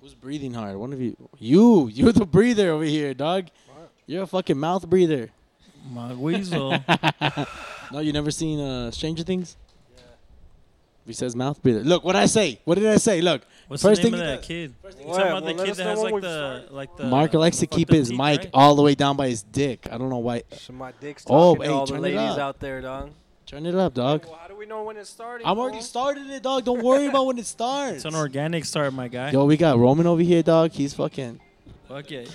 Who's breathing hard? One of you. You. You're the breather over here, dog. You're a fucking mouth breather. My weasel. No, you never seen uh, Stranger Things? He says mouth breather. Look what I say. What did I say? Look. What's first the name thing of he that does- kid? first You thing talking he about Alright, well, the let kid us that know has when like we've the started. like the Mark likes to fucked keep up his teeth, mic right? all the way down by his dick. I don't know why. So my dick's Oh, talking hey, to all the turn it ladies up. out there, dog. Turn it up, dog. Well, how do we know when it's starting? I'm already fool? started it, dog. Don't worry about when it starts. It's an organic start, my guy. Yo, we got Roman over here, dog. He's fucking. Fuck it.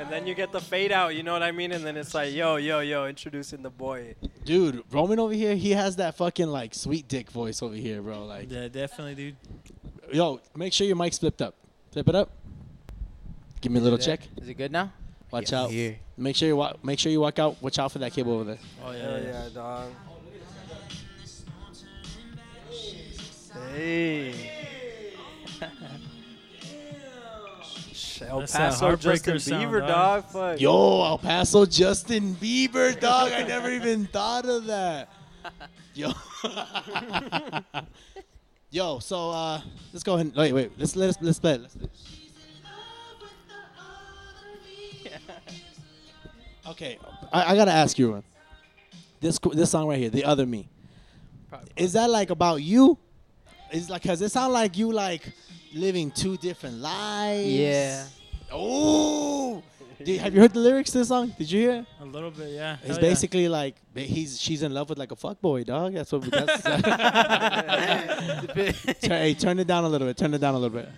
And then you get the fade out, you know what I mean? And then it's like, yo, yo, yo, introducing the boy. Dude, Roman over here, he has that fucking like sweet dick voice over here, bro. Like, Yeah, definitely, dude. yo, make sure your mic's flipped up. Flip it up. Give me a little Is check. it- Is it good now? Watch Yeah. out. Yeah. Make sure you walk. Make sure you walk out. Watch out for that cable over there. Oh yeah. Hell yeah. yeah, dog. Hey. El That's that Paso Justin heartbreaker sound, Bieber, dog. dog. Fuck. Yo, El Paso Justin Bieber, dog. I never even thought of that. Yo. Yo, so uh let's go ahead. and- Wait, wait. Let's let's let's play. it. Let's play. it. Okay, I, I gotta ask you one. This co- this song right here, the other me. Is that like about you? Is like cause it sound like you like living two different lives. Yeah. Oh, Did, have you heard the lyrics to this song? Did you hear? it? A little bit, yeah. It's Hell Oh, yeah. basically like ba- he's she's in love with like a fuck boy, dog. That's what. That's, uh, Tur- hey, turn it down a little bit. Turn it down a little bit.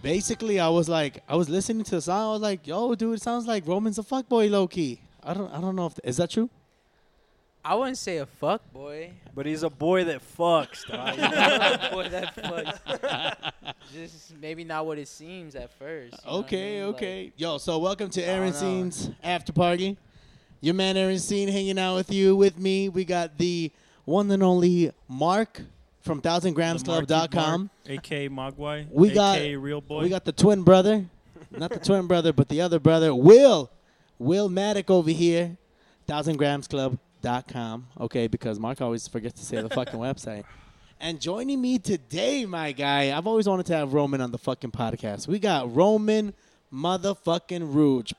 Basically, I was like, I was listening to the song. I was like, yo, dude, it sounds like Roman's a fuck boy, low key. I don't, I don't know if th- is that true. I wouldn't say a fuck boy. But he's a boy that fucks, dog. boy, that fucks. Just maybe not what it seems at first. you know what I Okay, mean? Like, okay. Yo, so welcome to Aaron know. Scene's after party. Your man Aaron Scene hanging out with you, with me. We got the one and only Mark from The Marky thousandgramsclub.com. Mark, AK Mogwai. We AK got- Real Boy. We got the twin brother, not the twin brother, but the other brother, Will, Will Maddock over here, thousandgramsclub.com. Okay, because Mark always forgets to say the fucking website. And joining me today, my guy, I've always wanted to have Roman on the fucking podcast. We got Roman motherfucking Rouge.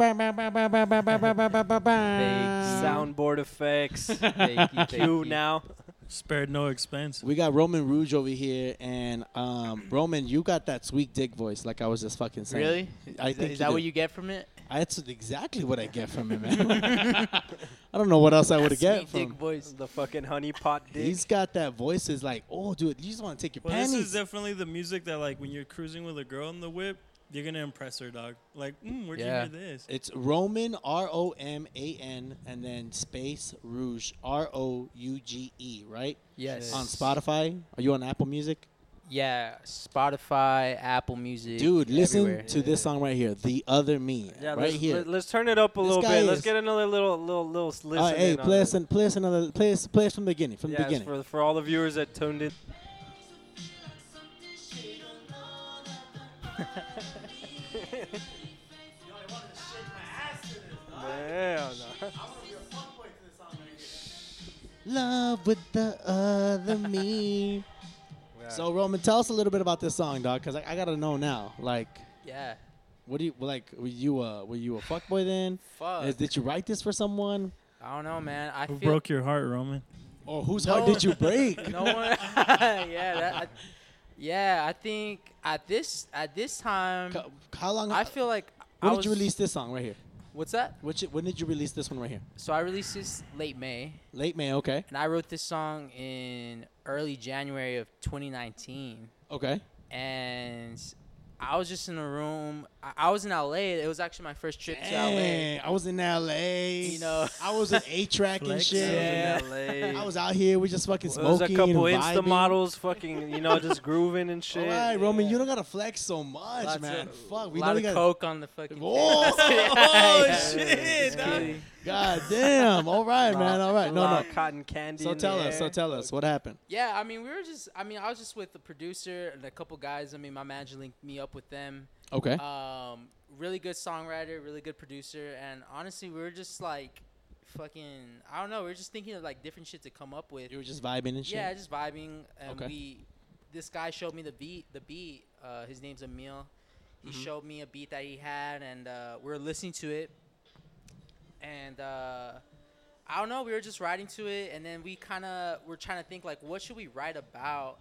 Soundboard effects. thank you, thank Cue you. now. spared no expense. We got Roman Rouge over here, and um, Roman, you got that sweet dick voice, like I was just fucking saying. Really? I is think is that do. what you get from it? That's exactly what I get from him, man. I don't know what else I would Sweet get dick from. voice. The fucking honey pot dick. He's got that voice. Is like, oh, dude, you just want to take your Well, this is panties. definitely the music that, like, when you're cruising with a girl in the whip, you're gonna impress her, dog. Like, mm, where'd Yeah. you hear this? It's Roman R O M A N and then space Rouge R O U G E, right? Yes. On Spotify. Are you on Apple Music? Yeah, Spotify, Apple Music. Dude, listen everywhere. to this song right here, "The Other Me," yeah, right let's, here. let- Let's turn it up a This little guy bit. Let's is- get another little, little, little listen. Uh, hey, in on play it. us, an- play us another, play us, play us from the beginning, from the Yes, beginning. For, for all the viewers that tuned in. Hell no. Love with the other me. So Roman, tell us a little bit about this song, dog, because I, I gotta know now. Like, Yeah. what do you like? Were you a were you a fuckboy then? Fuck. Is- did you write this for someone, I don't know, man. I Who feel broke your heart, Roman? or whose No. heart did you break? Oh, no one. yeah, that, I, yeah. I think at this at this time, Co- How long? I feel like when I did was, you release this song right here? What's that? Which when did you release this one right here? So I released this late May, Late May. Okay. and I wrote this song in early January of 2019, Okay. and I was just in a room. I, I was in LA. It was actually my first trip to LA. Dang, I was in L.A. You know. I was in A Track and Flex. shit. Yeah. I was out here. We just fucking Well, smoking There's a couple and Insta vibing. models, fucking, you know, just grooving and All shit. right, Roman, you don't gotta flex so much, Lots man. of- Fuck, we a know lot you of got. coke on the fucking. Whoa! Yeah, shit, yeah. dog. God damn! All right, Lot- man. All right. No, lot no. of Cotton candy. So in tell the us. So air. tell us what happened. Yeah, I mean, we were just. I mean, I was just with the producer and a couple guys. I mean, my manager linked me up with them. Okay. Um, really good songwriter, really good producer, and honestly, we were just like, fucking. I don't know. We were just thinking of like different shit to come up with. you were just vibing and shit. Yeah, just vibing, and Okay. we this guy showed me the beat. The beat. Uh, his name's Emil. He Mm-hmm. Mhm. showed me a beat that he had, and uh, we were listening to it. And uh, I don't know. We were just writing to it, and then we kind of were trying to think like, what should we write about?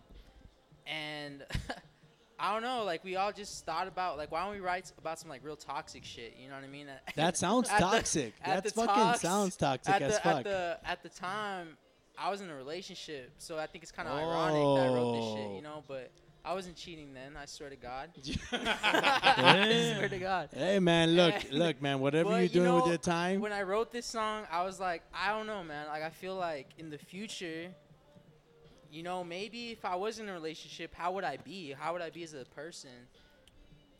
And I don't know. Like we all just thought about like, why don't we write about some like real toxic shit? You know what I mean? That sounds At the- toxic. That at the fucking talks- sounds toxic at as the, fuck. At the, at the time, I was in a relationship, so I think it's kind of ironic that I wrote this shit, Oh. you know. But I wasn't cheating then. I swear to God. I Damn. swear to God. hey man, look, And- look, man. Whatever But, you're you doing with know, your time, When I wrote this song, I was like, I don't know, man. Like, I feel like in the future, you know, maybe if I was in a relationship, how would I be? How would I be as a person?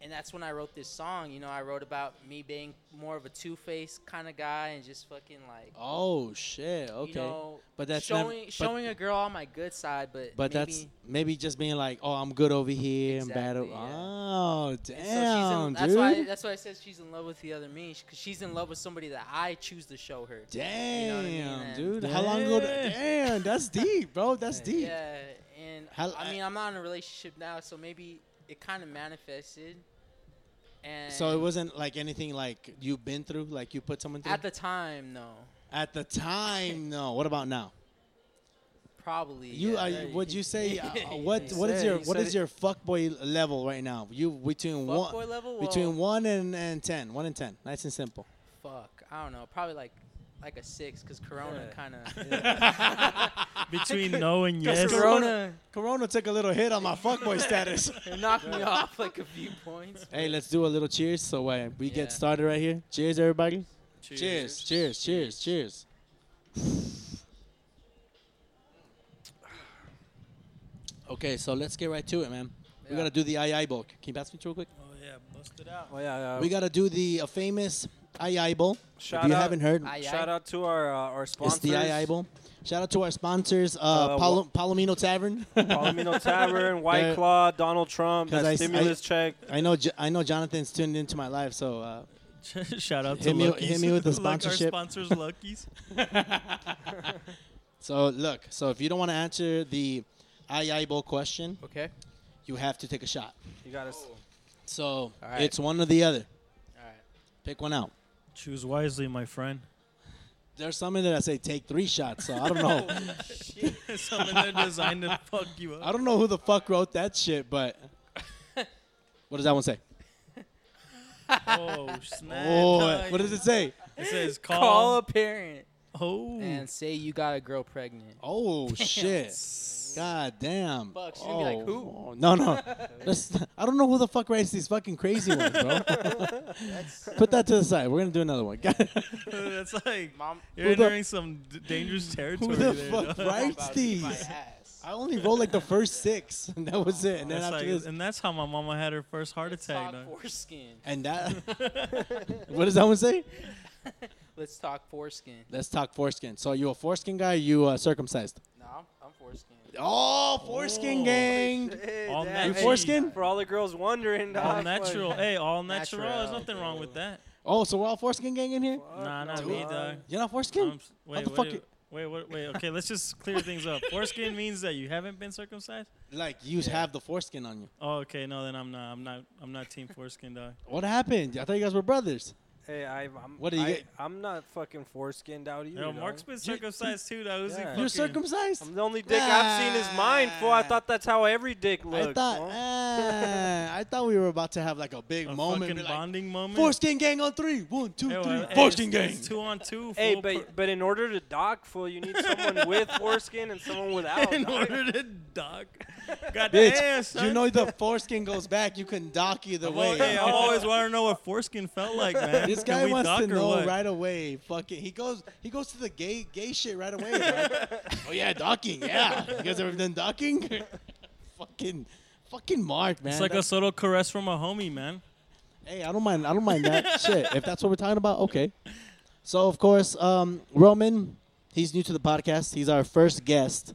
And that's when I wrote this song. You know, I wrote about me being more of a two-faced kind of guy and just fucking like, oh shit, okay. you know, but that's nev- showing but- showing a girl on my good side, but But maybe, that's maybe just being like, oh, I'm good over here and bad. Exactly, o- Oh, and so damn, she's in, that's dude. why that's why I said she's in love with the other me because she's in love with somebody that I choose to show her. know what I damn, mean? And- dude. How long ago? Yeah. th- Damn, that's deep, bro. That's deep. Yeah, and How- I mean, I'm not in a relationship now, so maybe it kind of manifested. And So it wasn't like anything like you've been through, like you put someone through. at the time, no, At the time, no. What about now? probably. You, yeah, are there you would you say uh, what? You What is said- your you what said is it- your fuckboy level right now? You between fuck boy one level? between well, one and and ten, one and ten. Nice and simple. fuck, I don't know, probably like like a six, cause Corona Yeah. kind of. Between no and yes. Corona Corona took a little hit on my fuckboy status. knocked me off like a few points. Hey, let's do a little cheers so uh, we Yeah. get started right here. Cheers, everybody. Cheers, cheers, cheers, cheers. okay, so let's get right to it, man. We Yeah. gotta do the II bowl. Can you pass me real quick? Oh yeah, bust it out. Oh yeah, yeah. We gotta do the uh, famous II bowl. Shout if you out- haven't heard, Aye, Shout aye. out to our uh, our it's sponsors. the II bowl. Shout out to our sponsors, uh, Uh, Palo- Palomino Tavern. Palomino Tavern, White Yeah. Claw, Donald Trump, 'Cause that I s- stimulus check. I know, J- I know, Jonathan's tuned into my life, so uh, Shout out to Hit me- Lucky's. hit me with the Like sponsorship. our sponsors, Lucky's. so look. So if you don't want to answer the II bowl question, Okay. you have to take a shot. You got us. So right. it's one or the other. All right. Pick one out. Choose wisely, my friend. There's some in there that say take three shots, so I don't know. Someone that designed to fuck you I up. don't know who the fuck wrote that shit, but what does that one say? Oh snap! Oh, what does it say? It says Call, call. a parent Oh, and say you got a girl pregnant. Oh shit! God damn! Fuck, she's gonna be like, who? oh, No, no. Let's- I don't know who the fuck writes these fucking crazy ones, bro. Put that to the side. We're gonna do another one. that's like Mom, you're Who the- entering some d- dangerous who territory. the there, fuck dog. writes about to eat my these? ass. I only rolled like the first six, and that was it. And then That's after like- this, and that's how my mama had her first heart Let's attack. talk dog. foreskin. and that. what does that one say? Let's talk foreskin. Let's talk foreskin. So you a foreskin guy? You uh, circumcised? No, I'm, I'm foreskin. Oh, foreskin Oh. gang. Hey, All damn, You Hey. foreskin? For all the girls wondering, All dog, like, natural. Hey, all natural. There's Natural, nothing wrong with dude. that. Oh, so we're all foreskin gang in here? fuck Nah, no, not me, dog. dog. You're not I'm foreskin? Um, s- wait, the what fuck do- it- wait, what, wait. Okay, let's just clear things up. Foreskin means that you haven't been circumcised. Like you have the foreskin on you. Oh, okay. No, then I'm not. I'm not. I'm not team foreskin, dog. What happened? I thought you guys were brothers. Hey, I, I'm. What do you I, get? I'm not fucking foreskinned out either. Yo, dog. Mark's been circumcised too, dog. Who's he Yeah. You're fucking- circumcised? I'm the only dick I've seen is mine, fool. I thought that's how every dick looks. I thought eh, fool. ah, I thought we were about to have like a big A moment. fucking be Like, bonding moment. foreskin gang on three. One, two, Hey, well, three. hey, it's- foreskin gang. it's two on two. Hey, fool, per- but but in order to dock, fool, you need someone with foreskin and someone without. in dog. order to dock. God damn, Bitch, son. you know the foreskin goes back. You can dock either I'm, way. al- hey, I'm always want to know what foreskin felt like, man. This Can guy we wants dock to or know what? right away. Fucking, he goes, he goes to the gay, gay shit right away. right? oh yeah, docking. Yeah, you guys ever done docking? fucking, fucking Mark, man. It's like a That's- subtle caress from a homie, man. hey, I don't mind. I don't mind that shit. If that's what we're talking about, okay. So of course, um, Roman, he's new to the podcast. He's our first guest.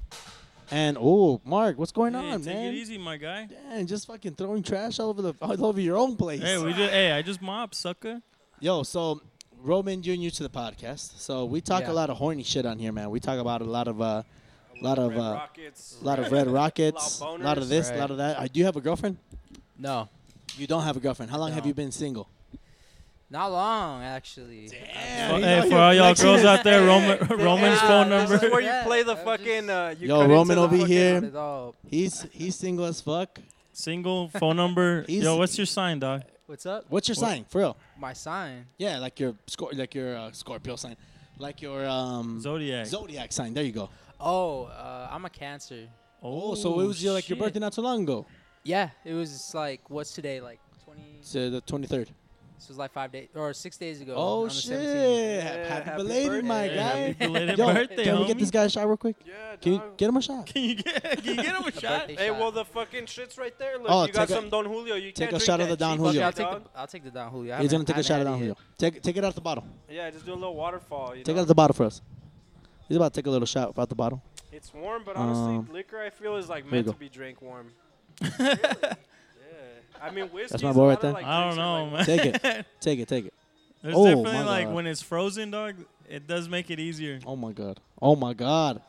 And oh, Mark, what's going hey, on, take man? it easy, my guy. Man, just fucking throwing trash all over the all over your own place. Hey, we just, hey, I just mobbed, sucker. Yo, so Roman, you're new to the podcast, so we talk Yeah. a lot of horny shit on here, man. We talk about a lot of uh, lot of Red uh, Rockets. lot of red rockets, a Lot of lot of this, a boners. lot of that. Uh, do you have a girlfriend? No, You don't have a girlfriend. How long have No. you been single? not long actually. Damn. hey, for all y'all girls out there, Roman, Roman's Yeah, phone this number. is This is where you Yeah, play the I'm fucking. just- Uh, you Yo, cut into Roman the over fucking- here. Not at all. He's he's single as fuck. Single phone number. He's- Yo, what's your sign, dog? What's up? What's your What? sign for real? My sign. Yeah, like your score, like your uh, Scorpio sign, like your um Zodiac. zodiac sign. There you go. Oh, uh, I'm a Cancer. Oh, so it was your, like your shit. birthday not so long ago, Yeah, it was like what's today? Like 20. This so uh, the twenty third. was like five days or six days ago. Oh on the shit! 17th. happy, Yeah, happy belated, my Hey, guy. happy belated Yo, birthday, can we get homie. this guy a shot real quick? Yeah, Can you dog. get him a shot? Can you get, can you get him a A shot? birthday Hey, shot. well, the fucking shit's right there. Look, Oh, you got take a- some Don Julio. You take can't a drink shot of that the Don cheap Fuck Julio. it, shit, I'll take dog. the I'll take the Don Julio. I He's gonna haven't- take a I haven't shot of had Don it Julio. yet. Take take it out the bottle. Yeah, just do a little waterfall. You Take know? out the bottle for us. He's about to take a little shot out the bottle. It's warm, but honestly, Um, liquor I feel is like here meant you to go. be drank warm. Yeah. I mean, whiskey. my boy right there. Like, I don't drinks are, know, like, man. Take it. Take it. Take it. There's Oh, definitely my like God. when it's frozen, dog. It does make it easier. Oh my god. Oh my god.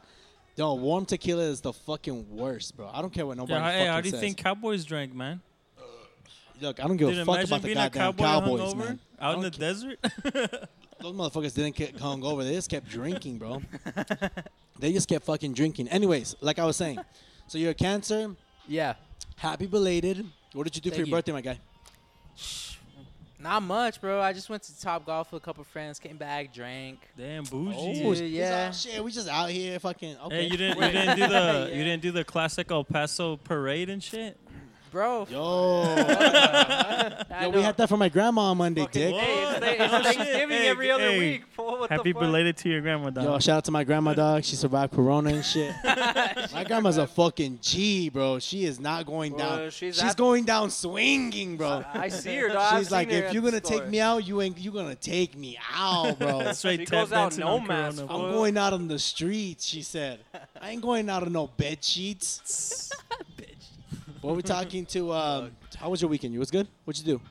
Yo, warm tequila is the fucking worst, bro. I don't care what nobody Yeah, hey, how fucking do you says. think Cowboys drank, man? Look, I don't give Dude, a fuck imagine about the being a goddamn cowboy Cowboys, hungover man. I out in don't the ca- desert. Those motherfuckers didn't get hung over. They just kept drinking, bro. they just kept fucking drinking. Anyways, like I was saying, so you're a cancer. Yeah. Happy belated. What did you do for Thank your you. birthday, my guy? Not much, bro. I just went to Top Golf with a couple friends, came back, drank. Damn Oh, bougie. he's yeah. all, shit, we just out here fucking. Okay. Hey, you didn't you didn't do the Yeah. you didn't do the classic El Paso parade and shit. Bro, Yo. I Yo, we know. had that for my grandma on Monday, fucking- dick. Hey, it's, What? th- Oh, it's shit. Thanksgiving Hey, every other hey. week. Paul, what Happy the fuck? belated to your grandma, dog. Yo, shout out to my grandma, dog. She survived Corona and shit. my grandma's a fucking G, bro. She is not going down. Well, she's she's at- going down swinging, bro. I see her, dog. she's like, if you're gonna take me out, you ain't. You're gonna take me out, bro. Straight She tap goes out dancing no on mask, Corona, I'm fool. Well- going out on the streets. She said, I ain't going out on no bed sheets. What we talking to? Um, how was your weekend? You was good. What'd you do?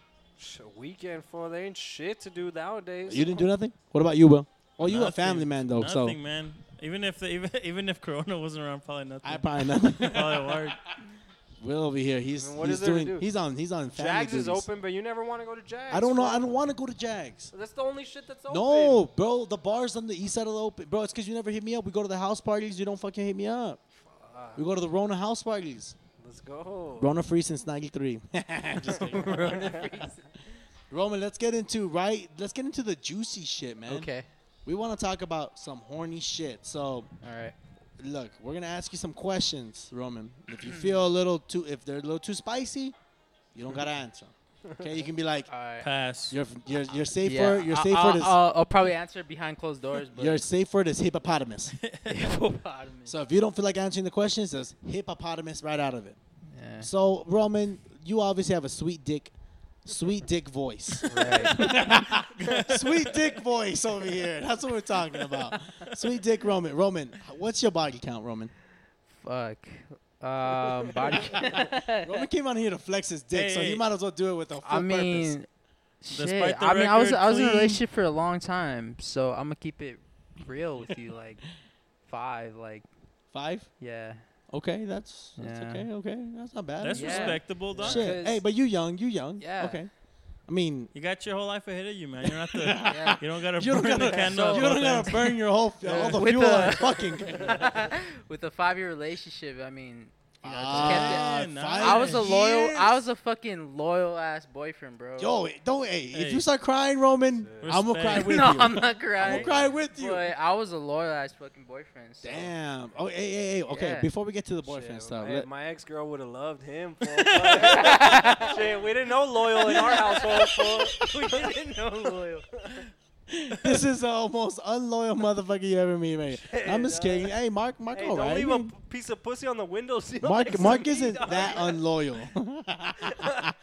weekend for there ain't shit to do nowadays. You didn't do nothing. What about you, Will? Well, Oh, you a Nothing. family man though, Nothing, so man. Even if the, even even if Corona wasn't around, probably nothing. I probably nothing. probably worked. Will over here. He's I mean, what he's is there to doing. do? He's on. He's on family Jags duties. is open, but you never want to go to Jags. I don't know. fool. I don't want to go to Jags. That's the only shit that's open. No, bro. The bar's on the east side of the open. Bro, it's because you never hit me up. We go to the house parties. You don't fucking hit me up. Fuck. We go to the Rona house parties. Let's go. Rona free since 93. Just kidding. Roman, let's get into, right? Let's get into the juicy shit, man. Okay. We want to talk about some horny shit. So, All right. look, we're going to ask you some questions, Roman. If you feel a little too, if they're a little too spicy, you don't got to answer 'em. Okay? You can be like, All right. Pass. your, your, your safe Yeah, word, your I- safe I'll, word is, I'll, I'll probably answer behind closed doors, but your safe word is hippopotamus. hippopotamus. So if you don't feel like answering the questions, there's hippopotamus right out of it. Yeah. So Roman, you obviously have a sweet dick, sweet dick voice, Right. sweet dick voice over here. That's what we're talking about. Sweet dick Roman. Roman, what's your body count, Roman? Fuck. Um, body. Roman came on here to flex his dick, so he Hey. might as well do it with a full I mean, purpose. shit. Despite the I mean, I was record, I was in a clean. relationship for a long time, so I'm gonna keep it real with you. Like five, like Five. yeah. Okay, that's, that's Yeah. okay. Okay, that's not bad. That's Yeah. respectable, dog. Shit. Because- Hey, but you young, you young. Yeah. Okay. I mean, You got your whole life ahead of you, man. You're not the. Yeah. You don't gotta you don't burn the gotta, candle. you at don't both gotta ends. burn your whole all the With fuel the- on fucking. With a five year relationship, I mean, you know, just kept it. Ah, kept it- five I was a loyal. I years? was a fucking loyal ass boyfriend, bro. Yo, don't. Hey, if Hey. you start crying, Roman, I'm gonna cry Respect. with no, you. I'm not I'm crying. gonna cry with you. But I was a loyal ass fucking boyfriend. So. Damn. Oh, hey, hey, hey. Okay, Yeah. before we get to the boyfriend Shit, stuff, my, let- my ex girl would have loved him. fool. Shit, we didn't know loyal in our household. fool. We didn't know loyal. this is the most unloyal motherfucker you ever meet, man. I'm just dog. kidding. Hey, Mark, Mark, Hey, all don't right. leave a p- piece of pussy on the windowsill. next Mark, to Mark me, isn't dog. that unloyal.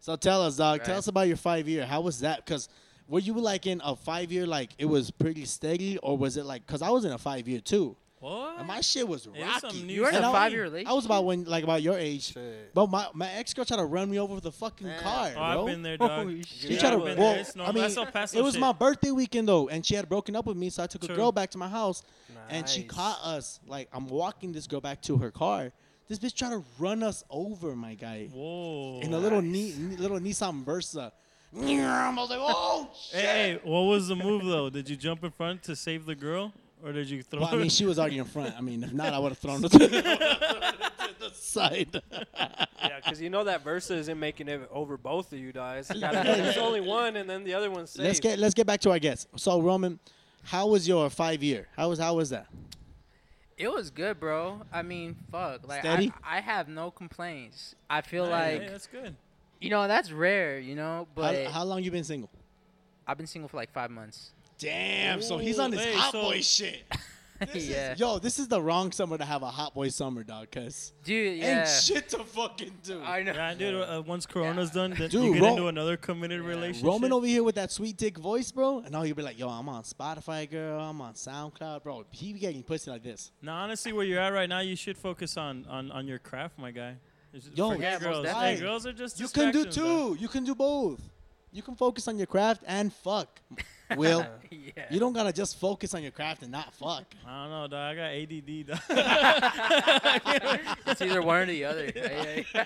so tell us, dog. Tell Right. us about your five year. How was that? Because were you like in a five year, like it was pretty steady, or was it like? Because I was in a five year too, What? and my shit was rocky. It is some new You were in And a I- stuff. five year relationship. I was about when like about your age. Shit. Bro, my, my ex girl tried to run me over with a fucking Man. car, Oh, I've bro. been there, dog. Holy Yeah, shit. She I've tried to. been well, there. It's I normal. mean, That's El Paso it was shit. my birthday weekend though, and she had broken up with me, so I took a True. girl back to my house, and she Nice. caught us. Like I'm walking this girl back to her car. This bitch tried to run us over, my guy, Whoa. in a little ni- little Nissan Versa. I was like, oh shit. Hey, hey, what was the move though? Did you jump in front to save the girl, or did you throw? Well, I her? mean, she was already in front. I mean, if not, I would have thrown her to the side. Yeah, because you know that Versa isn't making it over both of you guys. Gotta- There's only one, and then the other one's safe. let's get let's get back to our guests. So Roman, how was your five year? How was how was that? It was good, bro. I mean, fuck. Like Steady? I, I have no complaints. I feel Hey, like that's good. you know that's rare, you know. But how, how long you been single? I've been single for like five months. Damn. so he's Ooh, on this hey, hot so- boy shit. This is- yeah, yo, this is the wrong summer to have a hot boy summer, dog. Cause dude. ain't Yeah, shit to fucking do. I know. Yeah, dude. Uh, once Corona's done, then Dude, you get Ro- into another committed relationship. Roman over here with that sweet dick voice, bro, and all you'll be like, "Yo, I'm on Spotify, girl. I'm on SoundCloud, bro." He be getting pussy like this. Now, honestly, where you're at right now, you should focus on on, on your craft, my guy. It's just- Yo, forget Yeah, most girls. Hey, definitely. girls are just You can do distractions, two. though. You can do both. You can focus on your craft and fuck. Will yeah. you don't gotta just focus on your craft and not fuck. I don't know, dog. I got ADD. Dog. I can't, like- It's either one or the other. Yeah, yeah,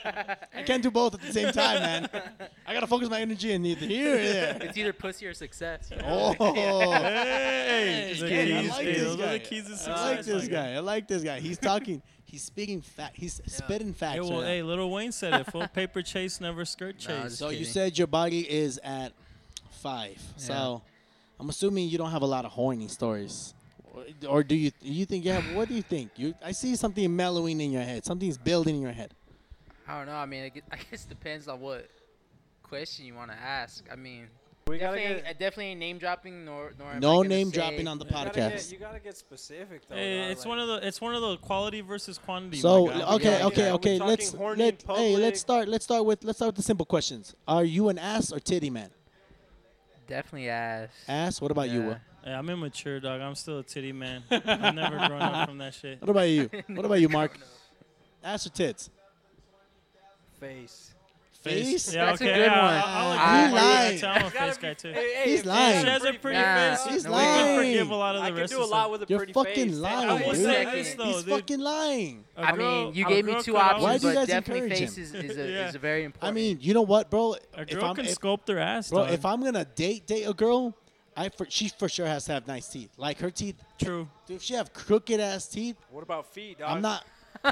I yeah. can't do both at the same time, man. I gotta focus my energy in either here or there. It's either pussy or success. you know? Oh. hey, the kidding. I keys, like dude. this Those are guy. the keys to success. I like this my guy. I like this guy. He's talking. He's speaking fact. He's spitting facts. Hey, well, right hey, Little Wayne said it. Full paper chase, never skirt Nah, now. chase. just So you kidding. said your body is at five. So I'm assuming you don't have a lot of horny stories, Or- or do you? You think you have? What do you think? You? I see something mellowing in your head. Something's building in your head. I don't know. I mean, I guess, I guess depends on what question you want to ask. I mean, We gotta definitely, get. ain't- I definitely ain't name dropping nor nor. am I No gonna name say- dropping on the You gotta get, podcast. you gotta get specific though. Hey, it's one of the it's one of the quality versus quantity. So my guy. okay, Oh Yeah, okay, yeah. okay. We're Let's talking horny let, in hey, public. let's start. Let's start with let's start with the simple questions. Are you an ass or titty man? Definitely ass. Ass. What about you? Yeah. Will? Hey, I'm immature, dog. I'm still a titty man. I've never grown up from that shit. What about you? What about you, Mark? Ass or tits? face. Face? Yeah, That's a okay. good yeah, one. I'll, I'll agree. I- with you. I'm a Gotta face be- guy too. Hey, hey, He's if you lying. got a She has a pretty pretty Nah. face. He's We can forgive lying. a lot of the I can rest do a of lot stuff. with a You're pretty fucking face. lying, I will dude. say this He's though, dude. fucking lying. A I girl- mean, you a gave me girl two could always- options, Why do you but guys definitely encourage him? face is, is, a, Yeah. is a very I important. mean, you know what, bro? A If girl I'm- can if- sculpt their ass, bro, dog. if I'm gonna date date a girl, I for, she for sure has to have nice teeth. Like her teeth, True. dude. If she have crooked ass teeth, What about feet? Dog? I'm not.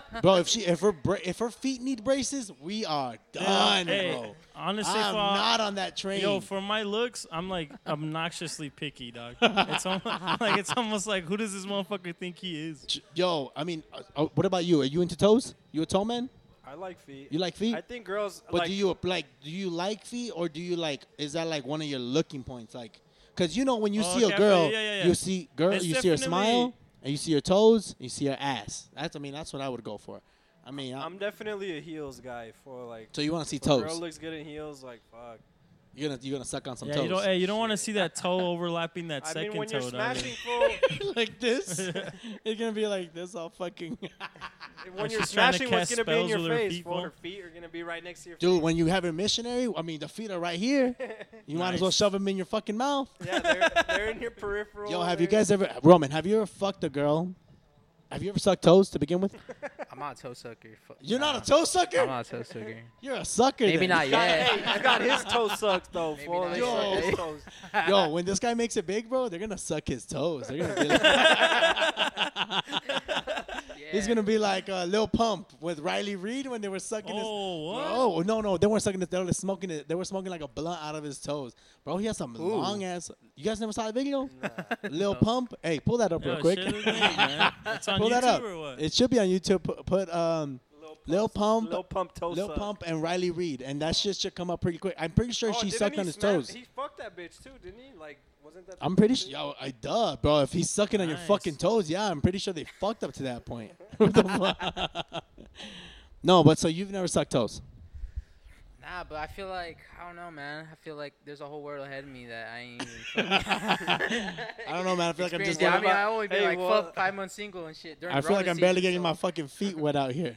bro, if she if her bra- if her feet need braces, we are done, hey, bro. Honestly, I'm if I- not on that train. Yo, for my looks, I'm like obnoxiously picky, dog. It's almost, like it's almost like who does this motherfucker think he is? Ch- Yo, I mean, uh, uh, what about you? Are you into toes? You a toe man? I like feet. You like feet? I think girls. But like, do you like? Do you like feet, or do you like? Is that like one of your looking points? Like, cause you know when you Oh, see okay, a I girl, feel you. Yeah, yeah, yeah. you see girl, It's you see her definitely- smile, and you see her toes, you see her ass. That's I mean, that's what I would go for. I mean, i I'm definitely a heels guy for like. so you want to see if a Girl toes? looks good in heels, like fuck. You're gonna you're gonna suck on some Yeah, toes you don't. Hey, you don't want to see that toe overlapping that I second mean, when toe, you're dog. smashing full, like this. it's gonna be like this all fucking. when you're she's trying to smashing, what's cast gonna be in spells your with her face? feet, Well, bro. her feet are gonna be right next to your. Dude, when you have a missionary, I mean, the feet are right here. You might as well Nice. shove them in your fucking mouth. Yeah, they're, they're in your peripheral. Yo, have you they're- guys ever Roman? Have you ever fucked a girl? Have you ever sucked toes to begin with? I'm not a toe sucker. Fuck, You're nah. not a toe I'm sucker. not a toe sucker. You're a sucker. Maybe then. not Got, yet. hey, he's got his toe sucked though. Maybe Fool. not They yet. suck his Yo. toes. Yo, when this guy makes it big, bro, they're gonna suck his toes. They're gonna be like, he's gonna be like uh, Lil Pump with Riley Reed when they were sucking his. Oh, what? Oh no no they weren't sucking it they were smoking it they were smoking like a blunt out of his toes bro he has some long ass you guys never saw the video Lil Pump hey pull that up Yo, real quick shit is great, man. It's on pull YouTube that up or what? it should be on YouTube put, put um Lil Pump Lil Pump toe Lil suck. Pump and Riley Reed and that shit should come up pretty quick I'm pretty sure Oh, she didn't sucked he on his smash- toes He fucked that bitch too, didn't he? Like, wasn't that? I'm pretty sure. Yo, I duh, bro. If he's sucking on your Nice. fucking toes, yeah, I'm pretty sure they fucked up to that point. What the fuck? no, but so you've never sucked toes. Nah, but I feel like I don't know, man. I feel like there's a whole world ahead of me that I ain't. Even I I don't know, man. I feel like I'm just. I Getting, mean, I only been Hey, like well- fuck five months single and shit. During I feel like Rona I'm barely season, getting so- my fucking feet wet out here.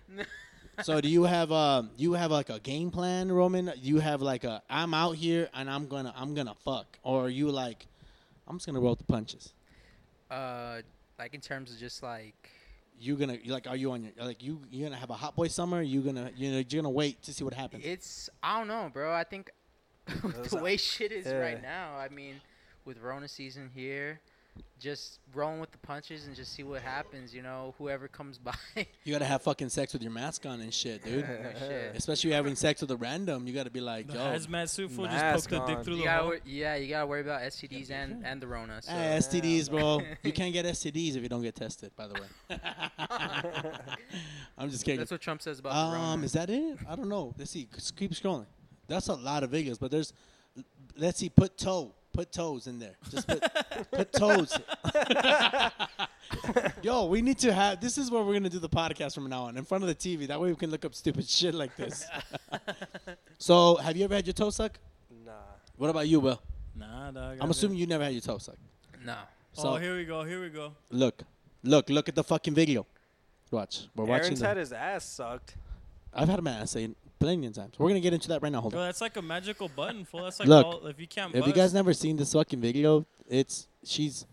So do you have um you have like a game plan, Roman? You have like a I'm out here and I'm gonna I'm gonna fuck, or are you like I'm just gonna roll with the punches? Uh, Like in terms of just like You gonna like? Are you on your like? You you gonna have a hot boy summer? You gonna you know you're gonna wait to see what happens? it's I don't know, bro. I think with Those the are- way shit is yeah. right now, I mean, with Rona season here, just rolling with the punches and just see what happens. You know, whoever comes by. You gotta have fucking sex with your mask on and shit, dude. No shit. Especially having sex with a random, you gotta be like, The yo, hazmat suit fool just Mask poked the dick on. through You the gotta hole. wor- yeah, you gotta worry about STDs and and the Rona. So. eh, STDs, bro. you can't get STDs if you don't get tested. By the way, I'm just kidding. That's what Trump says about the Um, Rona. is that it? I don't know. Let's see. Just Keep scrolling. That's a lot of videos, but there's. Let's see. Put toe. Put toes in there. Just put, put toes. Yo, we need to have. This is where we're gonna do the podcast from now on, in front of the TV. That way we can look up stupid shit like this. so, have you ever had your toe sucked? Nah. What about you, Will? Nah, dog. I'm assuming you never had your toe sucked. no. So oh, here we go. Here we go. look, look, look at the fucking video. Watch. We're watching. Aaron's the- had his ass sucked. I've had my ass say plenty of times. We're gonna get into that right now. Hold on. Bro, that's like a magical button, fool. That's like Look, all, if you can't. Have you bust- guys never seen this fucking video? It's she's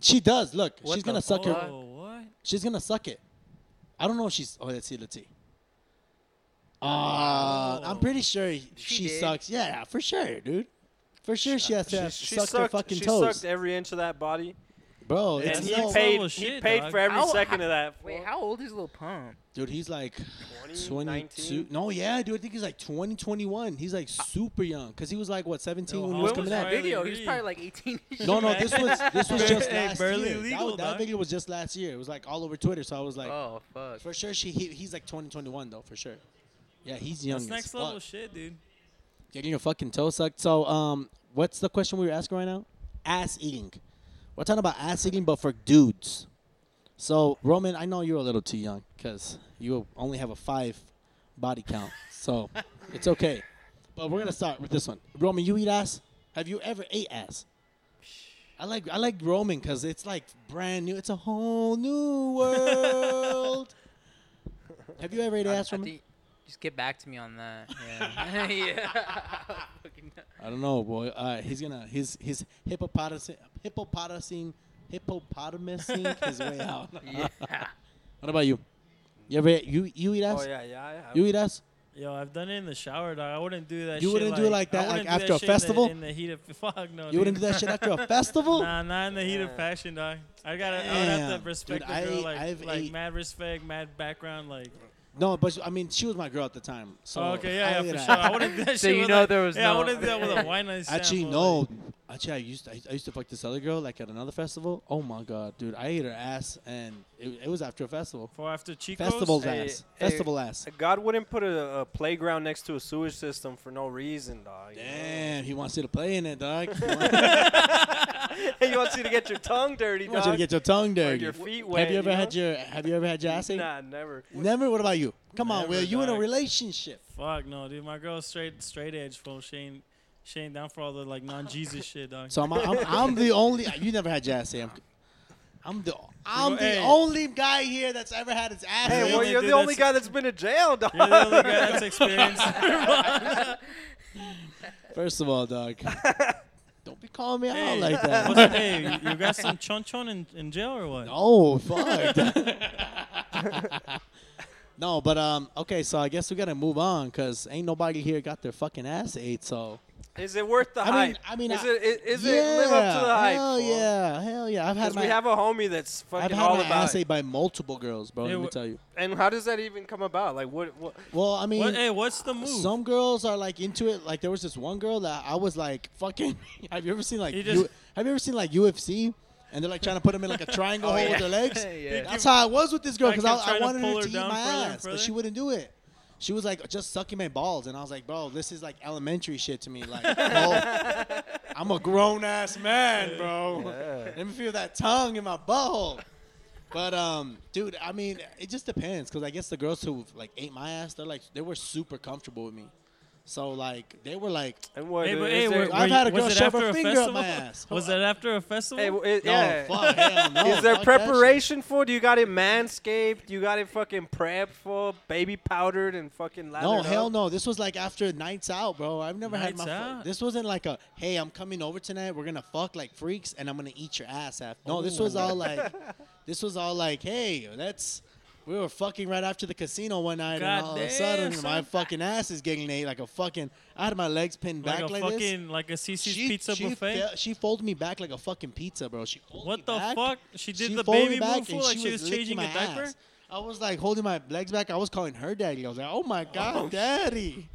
she does look. What she's the gonna suck oh, her. what? She's gonna suck it. I don't know if she's. Oh, let's see. Let's see. Uh, I'm Oh. pretty sure he- She she did. sucks. Yeah, for sure, dude. For sure, she has to have she sucked, her sucked, fucking she toes, sucked every inch of that body. bro. And It's he no, paid- he shit, paid dog. for every How- second of that. Wait, fool. how old is Lil Pump? dude. He's like 20, 22. 19? No, yeah, dude. I think he's like 20, 21. He's like super young, cause he was like what 17 when how he was old coming was out. Riley video? He was Reid? probably like 18. No, no, this was this was just Hey, last barely year. That legal, was- that, dog. video was just last year. It was like all over Twitter. So I was like, oh fuck. for sure, she he, he's like 20, 21 though, for sure. Yeah, he's young. That's as next level fuck. shit, dude. Getting your fucking toe sucked. So, um, what's the question we were asking right now? Ass eating. We're talking about ass eating, but for dudes. So, Roman, I know you're a little too young because you only have a five body count. So, it's okay. But we're gonna start with this one. Roman, you eat ass? Have you ever ate ass? I like I like Roman because it's like brand new. It's a whole new world. have you ever ate I- ass, I Roman? think- just get back to me on that. Yeah. yeah. Fucking- I don't know, boy. Uh, he's gonna his his hippopotamus hippopotamus hippopotamus his way out. yeah. What about you? You ever you you eat ass? Oh yeah, yeah. I have. You eat ass? Yo, I've done it in the shower, dog. I wouldn't do that. You shit wouldn't do it like I that, like, wouldn't do after that a shit in the- festival? In the, heat of fuck no. You wouldn't do dude. that shit after a festival? Nah, not in the heat of Yeah. passion, dog. I gotta, I would have Damn. to respect Dude, the girl, I- like, I've like ate- mad respect, mad background, like. No, but I mean she was my girl at the time. So oh, okay, yeah, I yeah, ate for ass. sure. I wouldn't do that So shit you with, know like- there was Yeah, I no- wouldn't do that with a wine night. Actually, sample, no. like- Actually, I used to, I used to fuck this other girl like at another festival. Oh my god, dude, I ate her ass, and it, it was after a festival. For after Chico's. Festival's Hey, ass. hey. Festival ass. God wouldn't put a, a playground next to a sewage system for no reason, dog. you know? Damn, he wants you to play in it, dog. He wants- he wants you to get your tongue dirty, He dog. wants you to get your tongue dirty. your feet Have wet, you ever you had know? your Have you ever had your ass ate? Nah, never. Never. What about you? Come on, Never, Will. You in a dog. relationship? Fuck no, dude. My girl's straight, straight edge, fool. She ain't, she ain't down for all the like non-Jesus shit, dog. So I'm I'm, I'm the only. You never had your ass ate. I'm, I'm the I'm go- the hey. only guy here that's ever had his ass ate. Hey, well, Really, you're dude, the only that's- guy that's been to jail, dog. You're the only guy that's experienced. First of all, dog. Don't be calling me out like what's- that. hey, you got some chon chon in, in jail or what? Oh fuck. no, but um, okay. So I guess we gotta move on because ain't nobody here got their fucking ass ate. So Is it worth the I hype? mean, I mean, is I- it i- is it live up to the Yeah, hype? Hell yeah, hell yeah. I've had Because my we have a homie that's I've fucking had all my about. ass It. ate by multiple girls, bro. Yeah, let me wh- tell you. And how does that even come about? Like, what? what Well, I mean, What, hey, what's the move? some girls are like into it. Like there was this one girl that I was like, fucking. have you ever seen like? You U- just- have you ever seen like UFC? And they're like trying to put them in like a triangle hole with their legs. Yeah. That's how I was with this girl Like because you're I, I trying to wanted pull her her to eat down my further and ass, but she further? wouldn't do it. She was like just sucking my balls, and I was like, bro, this is like elementary shit to me. Like, bro, I'm a grown ass man, bro. Let me feel that tongue in my butthole. But um, dude, I mean, it just depends because I guess the girls who like ate my ass, they're like they were super comfortable with me. So like they were like, And what? Hey, but, is hey, there- were, I've were you- had a girl was it shove after her a finger up festival? my ass. Was that after a hey, festival? w- it- no, yeah. fuck, hell no. fuck Is there that shit. preparation for? it? Do you got it manscaped? You got it fucking prepped for, baby powdered and fucking lathered No, up? hell no. This was like after nights out, bro. I've never had my. Nights fu- out? This wasn't like a hey, I'm coming over tonight. We're gonna fuck like freaks, and I'm gonna eat your ass after. No, this was all like, this was all like, hey, let's. We were fucking right after the casino one night, and all of a Goddamn, sudden my son. fucking ass is getting ate like a fucking. I had my legs pinned like back a like fucking this. like a CC's pizza she buffet. fe- she folded me back like a fucking pizza, bro. She folded me what the back. fuck? She did She the folded baby back move and fool like she was licking changing my a diaper. ass. I was like holding my legs back. I was calling her daddy. I was like, "Oh my god, daddy!"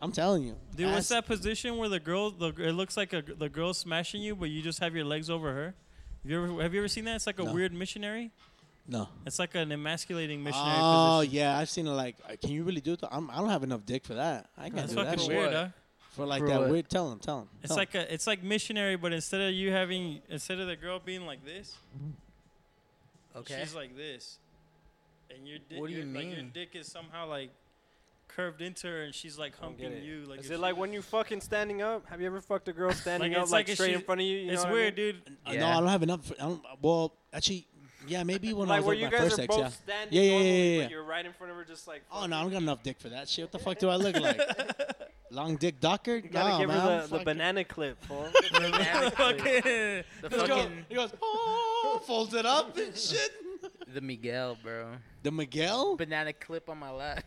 I'm telling you, Dude, what's ass- that position where the girl, the, it looks like a, the girl's smashing you, but you just have your legs over her? Have you ever, have you ever seen that? It's like a No. weird missionary. No. It's like an emasculating missionary Oh position. yeah, I've seen it. Like, uh, can you really do it? though? I'm, I don't have enough dick for that. I can't That's do that fucking shit. weird, What? huh? For like For that what? weird. Tell him. Tell him. It's like a, it's like missionary, but instead of you having, instead of the girl being like this, Okay. she's like this, and your dick, What do you your- Like your mean? dick is somehow like curved into her, and she's like I don't humping get it. you. Like is if it she like was- when you fucking standing up? Have you ever fucked a girl standing Like, up it's like, like if straight in she- front of you? you it's know what I weird, mean? dude. Uh, Yeah. No, I don't have enough. For, I don't, well, actually, yeah, maybe when I Like was where with you my guys first are ex. both Yeah. standing Yeah, yeah, yeah, normally, yeah, but yeah. you're right in front of her, just like. Oh fucking- no, I don't got enough dick for that shit. What the fuck do I look like? Long dick docker? You gotta Nah, give man, her I'm the, the fucking- banana clip, fool. Banana clip. Fucking- the He goes, fucking he goes, oh, folds it up and shit. the Miguel, bro. The Miguel. Banana clip on my lap.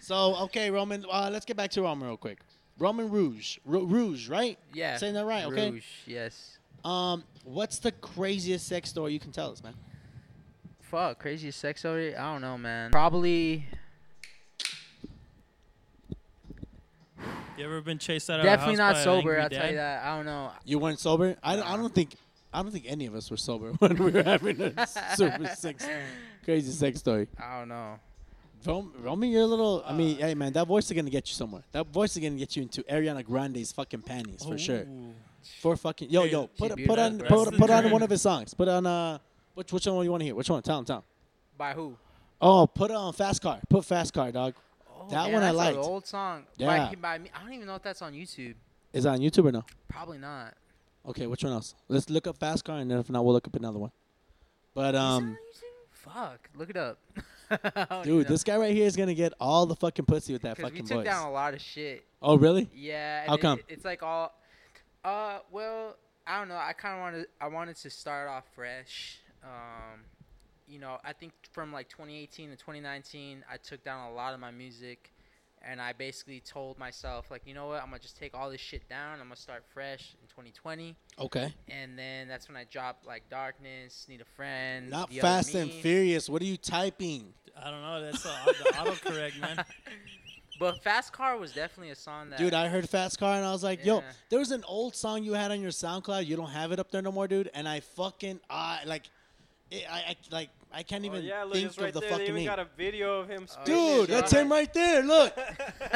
So okay, Roman. Uh, let's get back to Roman real quick. Roman Rouge, Ru- Rouge, right? yeah. Saying that right, okay? Rouge, yes. Um, what's the craziest sex story you can tell us, man? Fuck, craziest sex story? I don't know, man. Probably, You ever been chased out of definitely a house not by an sober. angry I'll tell dad? you that. I don't know. You weren't sober. I don't, I don't think. I don't think any of us were sober when we were having a super sex, crazy sex story. I don't know. Rom- Roman, you're a little. I mean, hey man, that voice is gonna get you somewhere. That voice is gonna get you into Ariana Grande's fucking panties for sure. Ooh. For fucking yo Hey, yo, she put put beautiful, on bro. put, That's put the on dream. one of his songs. Put on uh, which which one do you want to hear? Which one? Tell him, tell him. By who? Oh, put on fast car. Put fast car, dog. Oh, That man, one I that's liked. An old song. Yeah. By, by me. I don't even know if that's on YouTube. Is that on YouTube or no? Probably not. Okay, which one else? Let's look up fast car, and then if not, we'll look up another one. But um, Is it on YouTube? Fuck, look it up. I don't dude, know. this guy right here is gonna get all the fucking pussy with that 'Cause we fucking took voice. down a lot of shit. Oh really? Yeah. and How it- come? it- it's like all. Uh, well, I don't know. I kind of wanted. I wanted to start off fresh. Um, you know, I think from like 2018 to 2019, I took down a lot of my music, and I basically told myself like, you know what, I'm gonna just take all this shit down. I'm gonna start fresh in 2020, Okay. and then that's when I dropped like Darkness, Need a Friend, Not The Other fast and Me. furious. What are you typing? I don't know. That's the, the autocorrect, man. But Fast Car was definitely a song that. Dude, I heard Fast Car and I was like, yo, Yeah. there was an old song you had on your SoundCloud. You don't have it up there no more, dude. And I fucking, I like, it, I, I like, I can't Oh, even yeah, look, think it's of right the there. They fucking even name. got a video of him. Oh, spinning, Dude, shit, that's yeah. him right there. Look,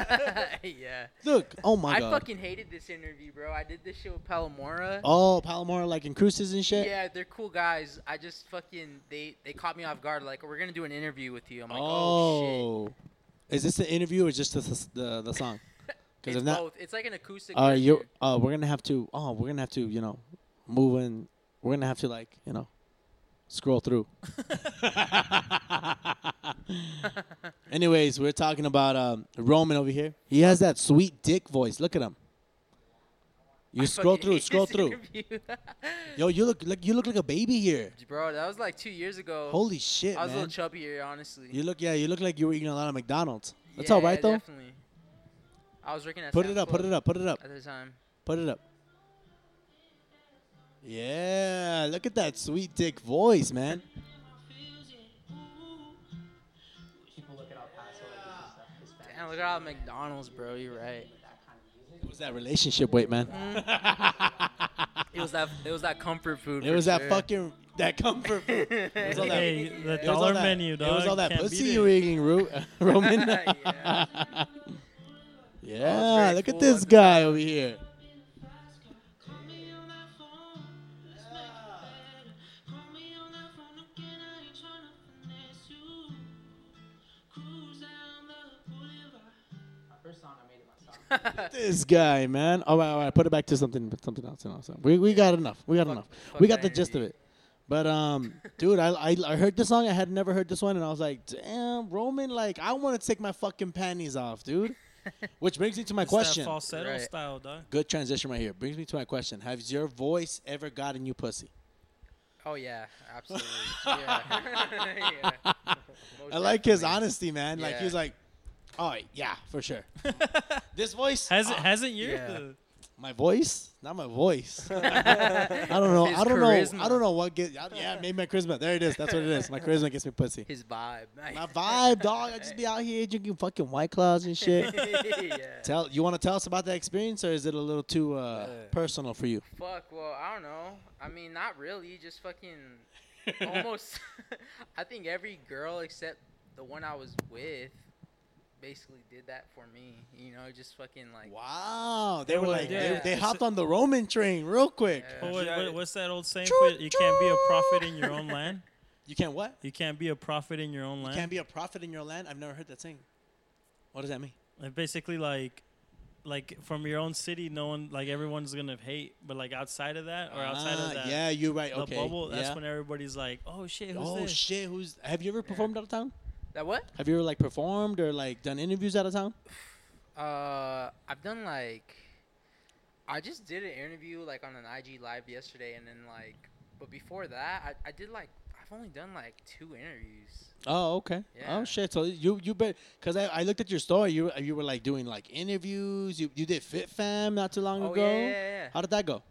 yeah. look. Oh my I god. fucking hated this interview, bro. I did this shit with Palomora. oh, Palomar like in cruises and shit. Yeah, they're cool guys. I just fucking they they caught me off guard. Like we're gonna do an interview with you. I'm like, oh, oh. Is this the interview or just the the, the song? shit. Because It's if not, both. It's like an acoustic. uh, you version. uh, we're gonna have to. Oh, we're gonna have to. You know, move in. We're gonna have to like you know, scroll through. Anyways, we're talking about um, Roman over here. He has that sweet dick voice. Look at him. You I scroll fucking through, hate scroll this through. interview. Yo, you look like you look like a baby here. bro, that was like two years ago. Holy shit, I was a man! little chubbier, honestly. You look, yeah, you look like you were eating a lot of McDonald's. That's yeah, all right though. Definitely. I was working at. Put Sam's it up, put Club it up, put it up, At the time. put it up. Yeah, look at that sweet dick voice, man. Damn, look at all the McDonald's, bro. You're right. It was that relationship weight, man. Mm. It was that. It was that comfort food. It for was that sure. fucking that comfort. food. It was all that, Hey, it the was all dollar that- menu, dog. It was all that Can't pussy beat it. you were eating, Ru- Roman. Yeah. yeah, very look at full this at the guy over here. Cruise down the song. I made it This guy, man. Oh, All right, all right. Put it back to something, something else. You know, so we we got enough. We got Fuck- enough. fuck We got the that gist of energy. it. But um, dude, I, I I heard this song. I had never heard this one, and I was like, damn, Roman. Like, I want to take my fucking panties off, dude. Which brings me to my It's question. That falsetto Right. style, dog. Good transition right here. Brings me to my question. Has your voice ever gotten you pussy? myself. oh yeah, absolutely. Yeah. yeah. Most I like his definitely. honesty, man. Like he Yeah. was like, "Oh yeah, for sure." this voice, Has it? ah, Hasn't your yeah. my voice, not my voice. I don't know. His I don't know. I charisma. don't know what gets. Yeah, maybe my charisma. There it is. That's what it is. My charisma gets me pussy. His vibe. My vibe, dog. I just be out here drinking fucking white claws and shit. yeah. Tell you want to tell us about that experience, or is it a little too uh, Yeah. personal for you? Fuck. Well, I don't know. I mean, not really. Just fucking almost. I think every girl except the one I was with basically did that for me. You know, just fucking like. Wow, they were were like like, they, yeah. they hopped on the Roman train real quick. Yeah. But what, Yeah. Oh, what, what's that old saying? Choo For, you can't be a prophet in your own choo. land. You can't what? You can't be a prophet in your own land. Can't be a prophet in your land. I've never heard that saying. What does that mean? Like, basically, like, like from your own city, no one, like everyone's gonna hate. But like outside of that, or outside Ah, of that, Yeah, you're right. the Okay. bubble, that's yeah. when everybody's like, oh shit, who's oh this? shit! Who's? Have you ever performed out of town? That what? Have you ever like performed or like done interviews out of town? Uh, I've done like, I just did an interview like on an IG live yesterday, and then like, but before that, I, I did like I've only done like two interviews. Oh, okay. Yeah. Oh shit! So you you bet because I, I looked at your story. You you were like doing like interviews. You you did Fit Fam not too long oh ago. yeah, yeah, yeah, yeah. How did that go?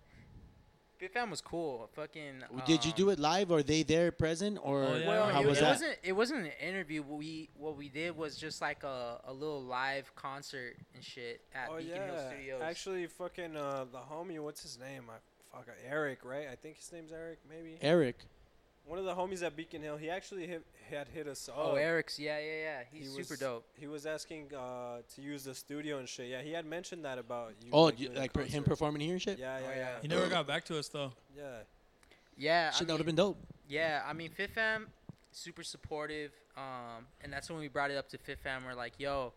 Fit Fam was cool. Fucking. um, did you do it live? Or they there present? Or Oh, yeah. Uh, Well, how it, was it that? wasn't. It wasn't an interview. What we what we did was just like a, a little live concert and shit at oh Beacon yeah, Hill Studios. actually, fucking uh, the homie, what's his name? I fuck uh, Eric, right? I think his name's Eric, maybe. Eric. One of the homies at Beacon Hill, he actually hit, had hit us up. oh, Eric's. Yeah, yeah, yeah. He's was, super dope. He was asking uh, to use the studio and shit. Yeah, he had mentioned that about you. Oh, like, you, doing a like per- him concert. performing here and shit. Yeah, Oh, yeah, yeah. yeah, He never got back to us though. yeah. Yeah, I Shit, that would have been mean- dope. Yeah, I mean, Fit Fam, super supportive. Um, and that's when we brought it up to Fit Fam. We're like, yo,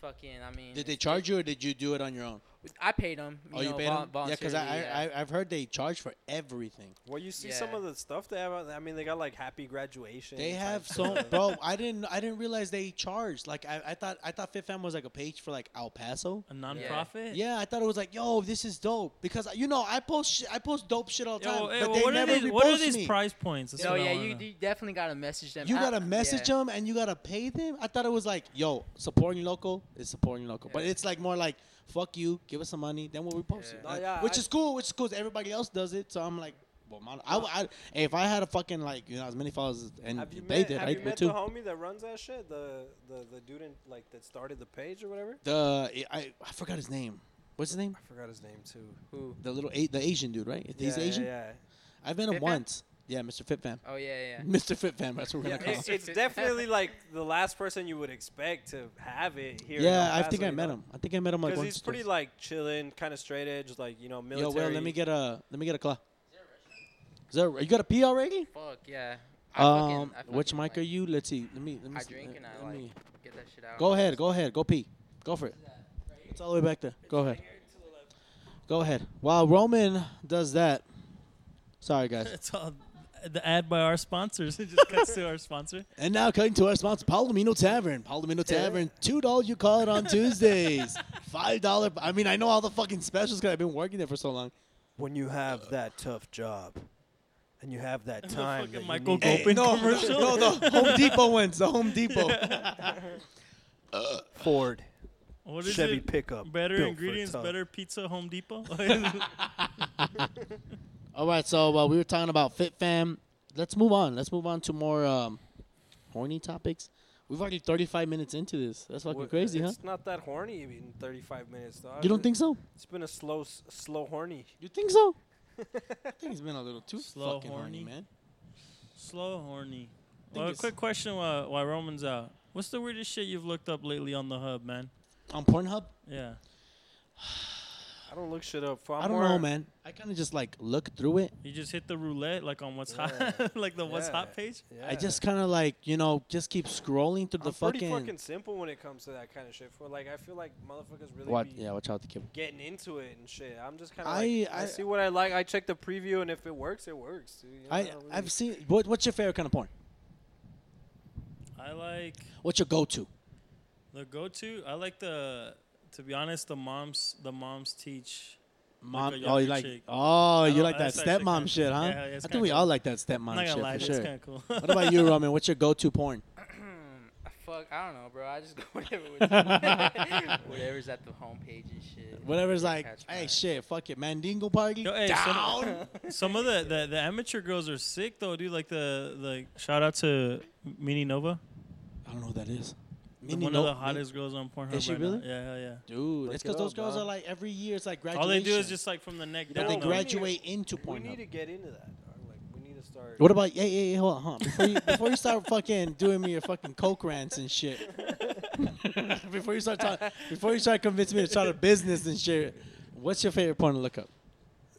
fucking, I mean. Did they it's- charge you or did you do it on your own? I paid them. oh, you know, paid vol- them? Yeah, because I, voluntarily, yeah. I, I, I've heard they charge for everything. Well, you see some Yeah. of the stuff they have. out- I mean, they got like happy graduation. They type have so, stuff. bro. I didn't, I didn't realize they charged. Like, I, I thought, I thought Fit Fam was like a page for like El Paso. A nonprofit. Yeah, I thought it was like, yo, this is dope because you know I post, shit, I post dope shit all the Yo, time, hey, but what, they are never these, what are repost these me. price points? That's No, what I yeah, you, wanna- you definitely got to message them. You I- gotta message yeah. them and you gotta pay them. I thought it was like, yo, supporting local is supporting local, but Yeah. it's like more like, fuck you, give us some money, then we'll repost it, Yeah. No, Like, yeah, which I- is cool, which is cool. 'cause Everybody else does it, so I'm like, well, man, I, I, hey, if I had a fucking like, you know, as many followers as- and Have you they met, did, have I you met would the too. homie that runs that shit? The the the dude in, like that started the page or whatever. The I, I forgot his name. What's his name? I forgot his name too. Who? The little a- the Asian dude, right? He's yeah, Asian. Yeah, I've met him Fit Fam? once. Yeah, Mr. Fit Fam. Oh, yeah, yeah. Mr. Fit Fam. That's what yeah. we're yeah gonna call it- him. it's definitely like the last person you would expect to have it here. in Yeah, El I think Paso, I you met know? him. I think I met him like Because once. he's pretty twice. like chilling, kind of straight edge, like you know Yo, military. Will, let me get a let me get a claw. Is there, you got a pee already? Fuck, yeah. I fucking- Um, I fucking, which mic like, are you? Let's see. Let me. Let me. I see. drink and I, Let like, me- Get that shit out. Go ahead. Go ahead. Go pee. Go for it. It's all the way back there. Go ahead. Go ahead. While Roman does that. Sorry, guys. It's all the ad by our sponsors. It just cuts to our sponsor. And now cutting to our sponsor, Palomino Tavern. Palomino Tavern, two dollars you call it on Tuesdays, five dollar. I mean, I know all the fucking specials because I've been working there for so long. when you have that tough job, and you have that time time. fucking that you Michael need- Hey, Open no, commercial? no, the Home Depot ones. The Home Depot. Ford What is Chevy it? pickup. Better built for ingredients, tough. better pizza, Home Depot. All right, so uh, we were talking about Fit Fam. Let's move on. Let's move on to more um, horny topics. We've already 35 minutes into this. That's fucking Wha- crazy, huh? It's not that horny in 35 minutes, dog. You don't think so? It's been a slow, s- slow horny. You think so? I think it's been a little too Slow fucking horny, horny. man. Slow, horny. I think Well, a it's- quick question while, while Roman's out. What's the weirdest shit you've looked up lately on the hub, man? On Pornhub, Yeah. I don't look shit up. Fool. I'm I don't more, know, man. I kind of just like look through it. You just hit the roulette like on what's Yeah. hot, like the what's Yeah. hot page. I Yeah. just kind of like you know just keep scrolling through the I'm pretty fucking. fucking simple when it comes to that kind of shit. For like, I feel like motherfuckers really what? be Yeah, watch out the kid. getting into it and shit. I'm just kind of I- like, I, I- see what I like. I check the preview, and if it works, it works. Dude. You know, I don't really- I've seen. What, what's your favorite kind of porn? I like What's your go-to? the go-to. I like the, to be honest, the moms the moms teach. Mom, a oh, you younger like, chick. oh, I you don't- like that that's actually stepmom kinda- shit, huh? yeah, yeah, I it's think kinda we cool. all like that I'm stepmom not shit gonna lie, for it's sure. kind of cool. What about you, Roman? What's your go-to porn? Fuck, I don't know, bro. I just go whatever. with- Whatever's at the homepage and shit. Whatever's like, Catch hey, my- shit, fuck it, Mandingo party. Yo, hey, down. Some, some of the, the, the amateur girls are sick though, dude. Like the like shout out to Mini Nova, I don't know who that is. the- Mini one no- of the hottest girls on Pornhub. Is she right now. really? Yeah, hell yeah. Dude, Look it's it because those up, girls dog. are like every year. It's like graduation. All they do is just like from the neck but down. they though. graduate into we porn. need to get into that. Dog. Like, we need to start. What about hey, hey, hey, hold on, hold on. Before you before you start fucking doing me your fucking coke rants and shit. before you start talking, before you start convincing me to start a business and shit. What's your favorite porn to look up?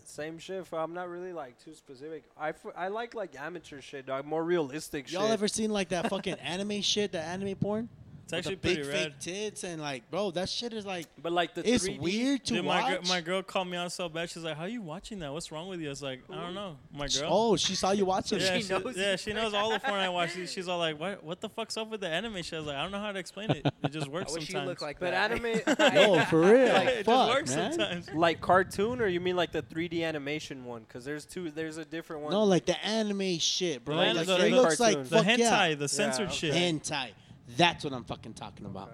Same shit. Fool. I'm not really like too specific. I, f- I like like amateur shit, dog. More realistic Y'all shit. ever seen like that fucking anime shit, that anime porn? It's actually With the pretty big rad. fake tits and like, bro, that shit is like, but like the it's 3D weird to Dude, my, gir- watch. my girl called me out so bad. She's like, "How you watching that? What's wrong with you?" I was like, "I don't know, my girl." Oh, she saw you watching yeah, it. she knows yeah, you. she knows all the porn I watch. She- She's all like, "What? What the fuck's up with the anime?" She was like, "I don't know how to explain it. It just I works wish you sometimes." looked like But that. anime- Yo, for real. Yeah, it fuck, just works man. sometimes. Like cartoon, or you mean like the 3D animation one? Because there's two. There's a different one. No, like the anime shit, bro. Like Like, the- it the looks like cartoons. The fuck hentai, yeah. the censored okay. shit. hentai. That's what I'm fucking talking about.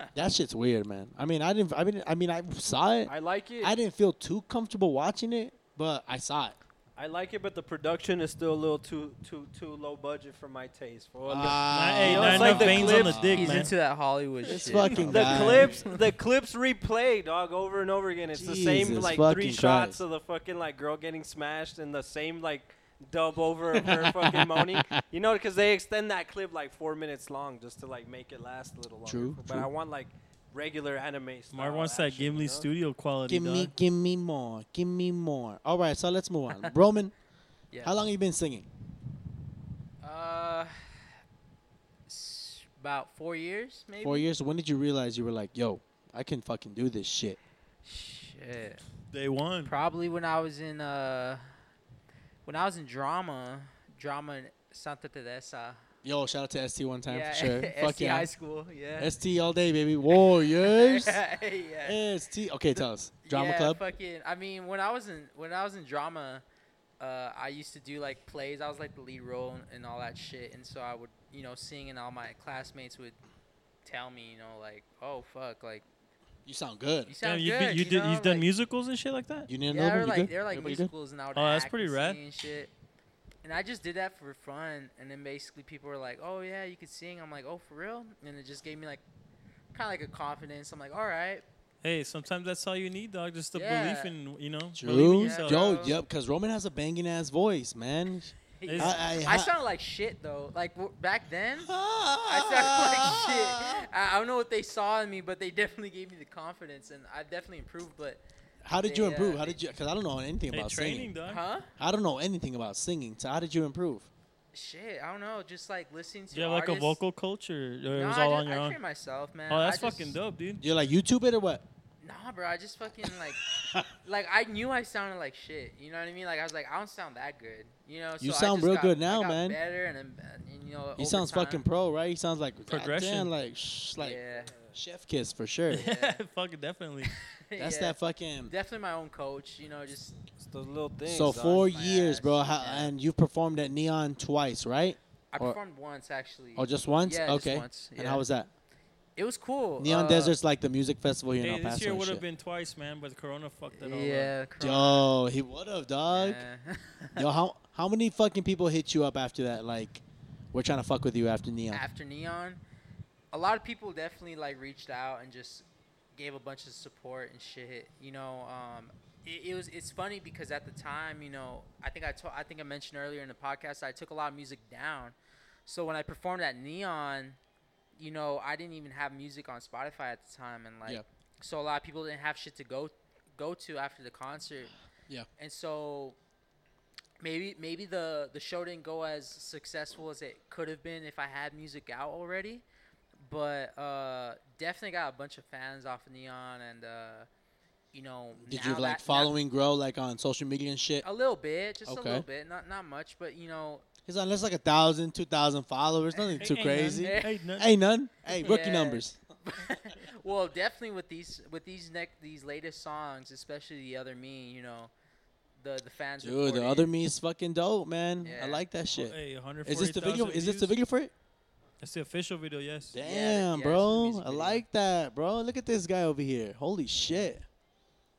Okay. That shit's weird, man. I mean, I didn't. I mean, I mean, I saw it. I like it. I didn't feel too comfortable watching it, but I saw it. I like it, but the production is still a little too too too low budget for my taste. fool. Ah. hey, You know, not Oh, it's like enough the veins on clips- the dick, He's man. into that Hollywood It's shit. fucking the guy. clips, the clips replay, dog, over and over again. It's the same Jesus like fucking three Christ. shots of the fucking like girl getting smashed and the same like dub over of her fucking moaning. You know, because they extend that clip like four minutes long just to like make it last a little longer. True, But true. I want like regular anime. Style Oh, Mark wants that action, Gimli you know? studio quality. Give me, dog. give me more. Give me more. All right, so let's move on. Roman, Yeah. how long have you been singing? Uh, s- about four years, maybe. Four years. When did you realize you were like, yo, I can fucking do this shit? Shit. Day one. Probably when I was in uh, when I was in drama, drama in Santa Teresa. Yo, shout out to ST one time yeah, for sure. Fuck SC yeah. High school. Yeah. ST all day, baby. Warriors. yeah. yeah. ST. Okay, tell us. Drama yeah, club. Fucking, I mean, when I was in when I was in drama, uh, I used to do like plays. I was like the lead role and, and all that shit, and so I would, you know, sing, and all my classmates would tell me, you know, like, oh fuck, like You sound good. you sound Damn, you, good. did, you, did, know? you've done like, musicals and shit like that. You need Yeah, another they're one? You like good? they're like Everybody good? musicals, and I would Oh, that's act pretty and rad. sing and shit. And I just did that for fun, and then basically people were like, "Oh yeah, you could sing." I'm like, "Oh for real?" And it just gave me like, kind of like a confidence. I'm like, "All right, Hey, sometimes that's all you need, dog. Just the Yeah. belief in you know. believe in True. yourself. Yo, Yeah. yep, because Roman has a banging ass voice, man. It's- I- I- I sound like shit though. Like w- back then, I sound like shit. I, I don't know what they saw in me, but they definitely gave me the confidence, and I definitely improved. But How did you Yeah. improve? How did you? Because I don't know anything Hey, about training, singing. dog. huh? I don't know anything about singing. So how did you improve? Shit, I don't know. Just like listening to. Do you have like a artists. vocal coach, or, or it Nah, was I, all ju- on your I own? train myself, man. Oh, I that's just- fucking dope, dude. You're like YouTube it or what? Nah, bro. I just fucking like, like I knew I sounded like shit. You know what I mean? Like I was like, I don't sound that good. You know. You so I sound just real got- good I now, got man. Better and, then, uh, and you know. He sounds over time- fucking pro, right? He sounds like Progression. goddamn, like shh, like Yeah. chef kiss for sure. Yeah, fucking definitely. That's Yeah. that fucking. Definitely my own coach. You know, just It's those little things. so dog. four my years, ass, bro, how, yeah. and you've performed at Neon twice, right? I Or- performed once actually. Oh, just once. Yeah, just okay. once, And yeah. how was that? It was cool. Neon uh, Desert's like the music festival here Hey, in El this Paso. year and would have shit. been twice, man, but Corona fucked it all up. Yeah. Yo, he would have, dog. Corona, yeah. Yo, how how many fucking people hit you up after that? Like, we're trying to fuck with you after Neon. After Neon, a lot of people definitely like reached out and just gave a bunch of support and shit. You know, um, it, it was it's funny because at the time, you know, I think I told I think I mentioned earlier in the podcast I took a lot of music down. So when I performed at Neon, you know, I didn't even have music on Spotify at the time, and like, Yeah. so a lot of people didn't have shit to go go to after the concert. Yeah. And so maybe maybe the the show didn't go as successful as it could have been if I had music out already, but uh, definitely got a bunch of fans off of Neon and. Uh, you know, Did now you like that- now- following grow like on social media and shit? a little bit, just a Okay. little bit, not not much, but you know, He's on that's like a thousand, two thousand followers. Nothing too ain't crazy. None. Ain't none. Hey, none. Hey, rookie Yeah. numbers. well, definitely with these with these next these latest songs, especially the other me, you know, the the fans. Dude, the reported- other me is fucking dope, man. I Yeah. like that shit. Oh, Hey, 140,000 Is this the video? Views? Is this the video for it? It's the official video, yes. Damn, yeah, it's the bro. music I video. like that, bro. Look at this guy over here. Holy shit.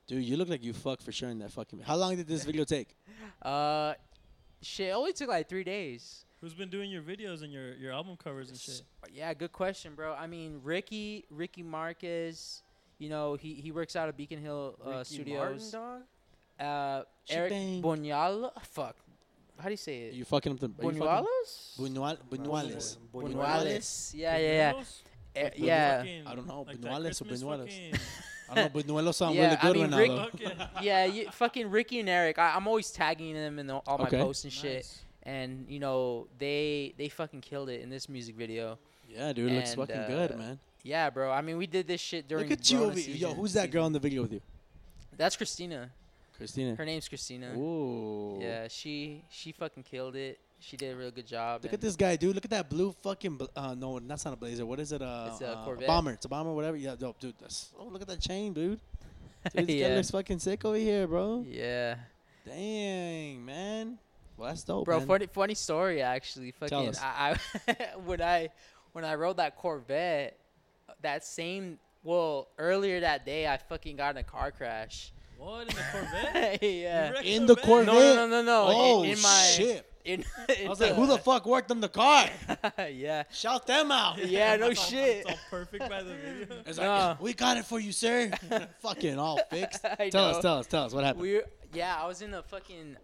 Dude, you look like you fuck for sure in that fucking. How long did this video take? Uh, shit, it only took like three days. Who's been doing your videos and your, your album covers and shit? Yeah, good question, bro. I mean, Ricky Ricky Marquez, you know, he he works out of Beacon Hill Ricky uh, Martin, Studios. dog? Uh, Eric Shebang. Bunyal, fuck, how do you say it? You fucking up the. are you fucking- Buñuelos? Buñual, Buñuales. Buñuales. Yeah, yeah, yeah. Buñuelos? Eh, Like the yeah. fucking- I don't know, like that Buñuelos or Christmas Buñuelos. fucking- I don't know. Buñuelos sound Yeah, I really good mean, right now, though. Rick- Okay. yeah, you, fucking Ricky and Eric. I, I'm always tagging them in the, all my Okay. posts and shit. Nice. And you know they they fucking killed it in this music video. Yeah, dude, it looks And, fucking uh, good, man. Yeah, bro. I mean, we did this shit during. Look at you Rona over here. Yo, season- who's that season. girl in the video with you? That's Christina. Christina. Her name's Christina. Ooh. Yeah, she she fucking killed it. She did a real good job. Look at and- this guy, dude. Look at that blue fucking. Bl- uh, no, that's not a blazer. What is it? Uh, It's a uh, Corvette. bomber. It's a bomber, whatever. Yeah, dope, dude. That's, oh, look at that chain, dude. Dude, this guy yeah. looks fucking sick over here, bro. Yeah, Dang, man. Well, that's dope, bro. man. Funny funny story actually. Fucking us. I, I when I when I rode that Corvette, that same well earlier that day I fucking got in a car crash. What in the Corvette? yeah. You wrecked In the Corvette. No, no, no, no, no. Oh in, in my, shit! In, I in was like, who the fuck worked on the car? yeah. Shout them out. Yeah, no It's all- shit. It's all perfect by the video. It's Nah. like, we got it for you, sir. fucking all fixed. I Tell us, know. tell us, tell us what happened. We yeah, I was in a fucking.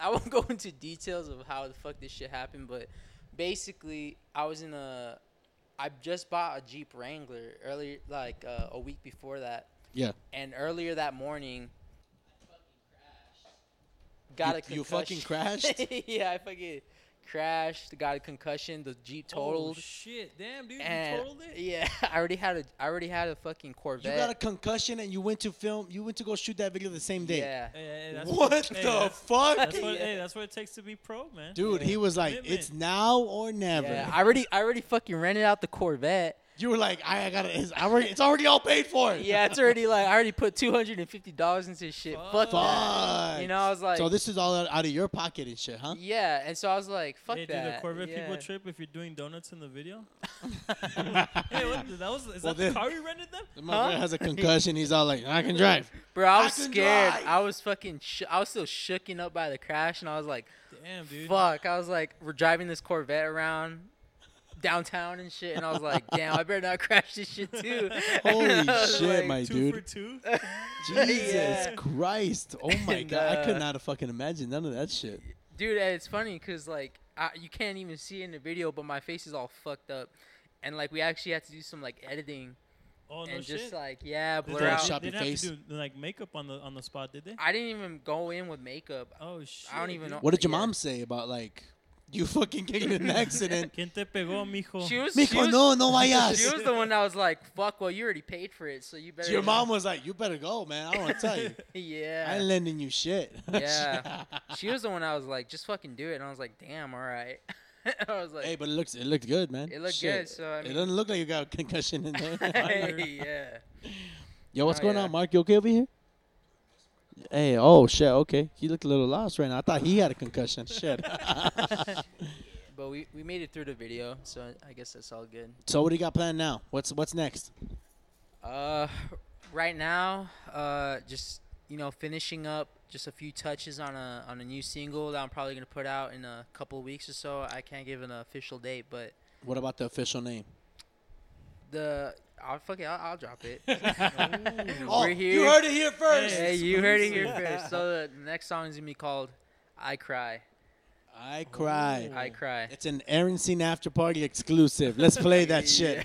I won't go into details of how the fuck this shit happened, but basically, I was in a. I just bought a Jeep Wrangler earlier, like uh, a week before that, yeah. and earlier that morning. Got a You- you fucking concussion. yeah, I fucking crashed. Got a concussion. The Jeep totaled. Oh, shit. Damn, dude. and you totaled it? yeah, I already had a, I already had a fucking You Corvette. got a concussion and you went to film. You went to go shoot that video the same day. Yeah. Hey, hey, hey, that's what the hey, that's, fuck, That's what, Yeah. hey, that's what it takes to be pro, man. dude? He was like, Commitment. "It's now or never." Yeah, I already, I already fucking rented out the Corvette. you were like, "I got it. It's already, it's already all paid for." Yeah, it's already like I already put two hundred and fifty dollars into this shit. Fuck, that. Fuck. You know, I was like, so this is all out, out of your pocket and shit, huh? yeah, and so I was like, fuck Hey, do that. the Corvette yeah. people trip if you're doing donuts in the video? hey, what, the- that was, is Well, that then- the car you rented them? The motherfucker has a concussion. He's all like, "I can drive." Bro, I I was can scared. drive. I was fucking, sh- I was still shooken up by the crash, and I was like, Damn, dude. fuck. I was like, we're driving this Corvette around downtown and shit, and I was like, damn, I better not crash this shit too. Holy I was shit, like, my Two for dude! two? Jesus Yeah. Christ! Oh my And, god, I could uh, not have fucking imagined none of that shit. dude and it's funny because like I, you can't even see it in the video but my face is all fucked up and like we actually had to do some like editing Oh, no and shit. just like yeah Did blur they- Photoshop out shop they your didn't have face. to do, like, makeup on the, on the spot, did they? i didn't even go in with makeup Oh, shit. I don't even dude. know. What did your yeah. mom say about like you fucking getting in an accident? ¿Quién te pegó, mijo? she was, she, Mijo, was no, no vayas. she was the one that was like fuck well you already paid for it so you better Your not- mom was like, "You better go, man. I Oh, don't want to tell you. I ain't yeah lending you shit." Yeah. she was the one i was like just fucking do it and i was like damn all right i was like hey, but it looks it looked good, man. It looked Shit. good, so, I it mean- doesn't look like you got a concussion in there. yeah Yo, what's Oh, going yeah. on, Mark? You okay over here? Hey, oh shit, okay. He looked a little lost right now. I thought he had a concussion. shit. but we, we made it through the video so i guess that's all good so what do you got planned now? What's what's next? Uh, right now, uh, just you know, finishing up just a few touches on a on a new single that I'm probably gonna put out in a couple weeks or so. I can't give an official date, but What about the official name? the I'll fuck it, I'll, I'll drop it. Oh, We're here. you heard it here first. Hey, you heard it here first. So the next song is gonna be called "I Cry." I cry. I cry. It's an Aaron Scene after party exclusive. Let's play that shit.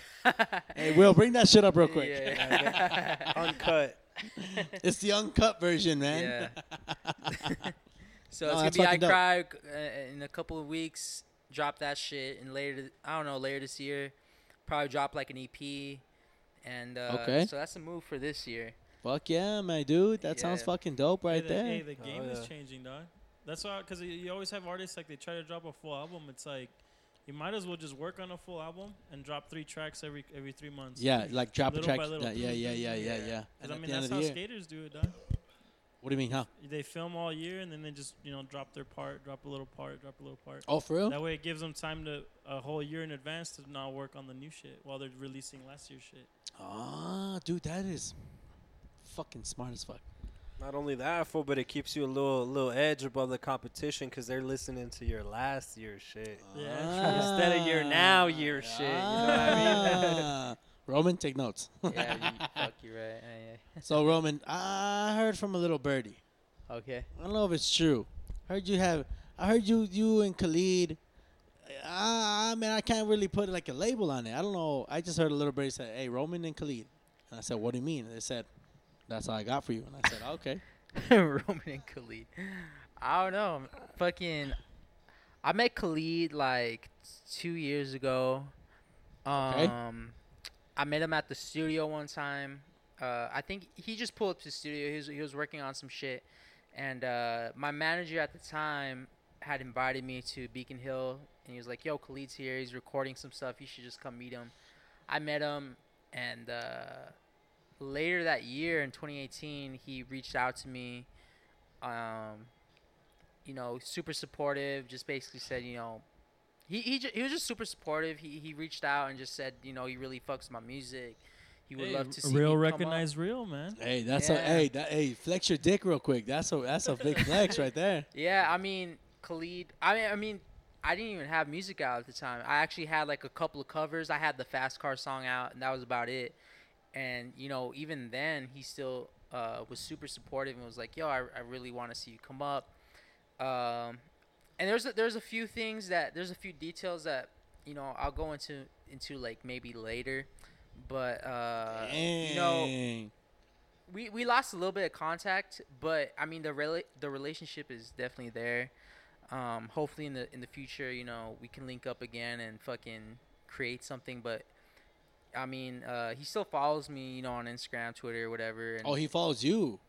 Hey, Will, bring that shit up real quick. Yeah. Uncut. it's the uncut version, man. so No, that's it's gonna be I fucking dope. cry uh, in a couple of weeks. Drop that shit, and later th- I don't know later this year, probably drop like an EP, and uh, Okay. So that's the move for this year. Fuck yeah, my dude. That sounds Yeah. fucking dope right hey, the, there. Hey, the game yeah. is changing, dog. That's why, because you always have artists like they try to drop a full album. It's like you might as well just work on a full album and drop three tracks every every three months. yeah, like drop a Little track. by little. that- yeah, yeah, yeah, yeah, Yeah. yeah. 'Cause, And I at mean the end that's of the how year, skaters do it, dog. what do you mean? How? They film all year and then they just you know drop their part, drop a little part, drop a little part. Oh, for real? That way it gives them time to a whole year in advance to not work on the new shit while they're releasing last year's shit. Ah, dude, that is fucking smart as fuck. Not only that, fool, but it keeps you a little little edge above the competition because they're listening to your last year's shit. Ah. Yeah. Instead of your now year shit, you know what I mean? Ah. Roman, take notes. Yeah, you, fuck you right. Yeah, so Roman, I heard from a little birdie. yeah. Okay. I don't know if it's true. Heard you have. I heard you, you and Khalid. ah, I, I mean, I can't really put like a label on it. I don't know. I just heard a little birdie say, "Hey, Roman and Khalid," and I said, "What do you mean?" And they said, "That's all I got for you." And I said, "Okay." Roman and Khalid. I don't know. Fucking, I met Khalid like two years ago. Um, Okay. I met him at the studio one time. Uh, I think he just pulled up to the studio. He was he was working on some shit, and uh, my manager at the time had invited me to Beacon Hill, and he was like, "Yo, Khalid's here. He's recording some stuff. You should just come meet him." I met him, and uh, later that year in 2018, he reached out to me. Um, you know, super supportive. Just basically said, you know, he he, ju- he was just super supportive. He he reached out and just said, you know, he really fucks my music. He would love to see me real come up. recognize real, man. Hey, that's a Yeah. hey, that, hey, flex your dick real quick. That's a that's a big flex right there. Yeah, I mean Khalid. I mean, I mean, I didn't even have music out at the time. I actually had like a couple of covers. I had the Fast Car song out, and that was about it. And you know, even then, he still uh, was super supportive and was like, "Yo, I, I really want to see you come up." Um, and there's a, there's a few things that there's a few details that you know I'll go into into like maybe later, but uh, you know Dang. we we lost a little bit of contact, but I mean the rela- the relationship is definitely there. Um, hopefully in the in the future, you know, we can link up again and fucking create something. But I mean, uh, he still follows me, you know, on Instagram, Twitter, whatever. And oh, he follows you.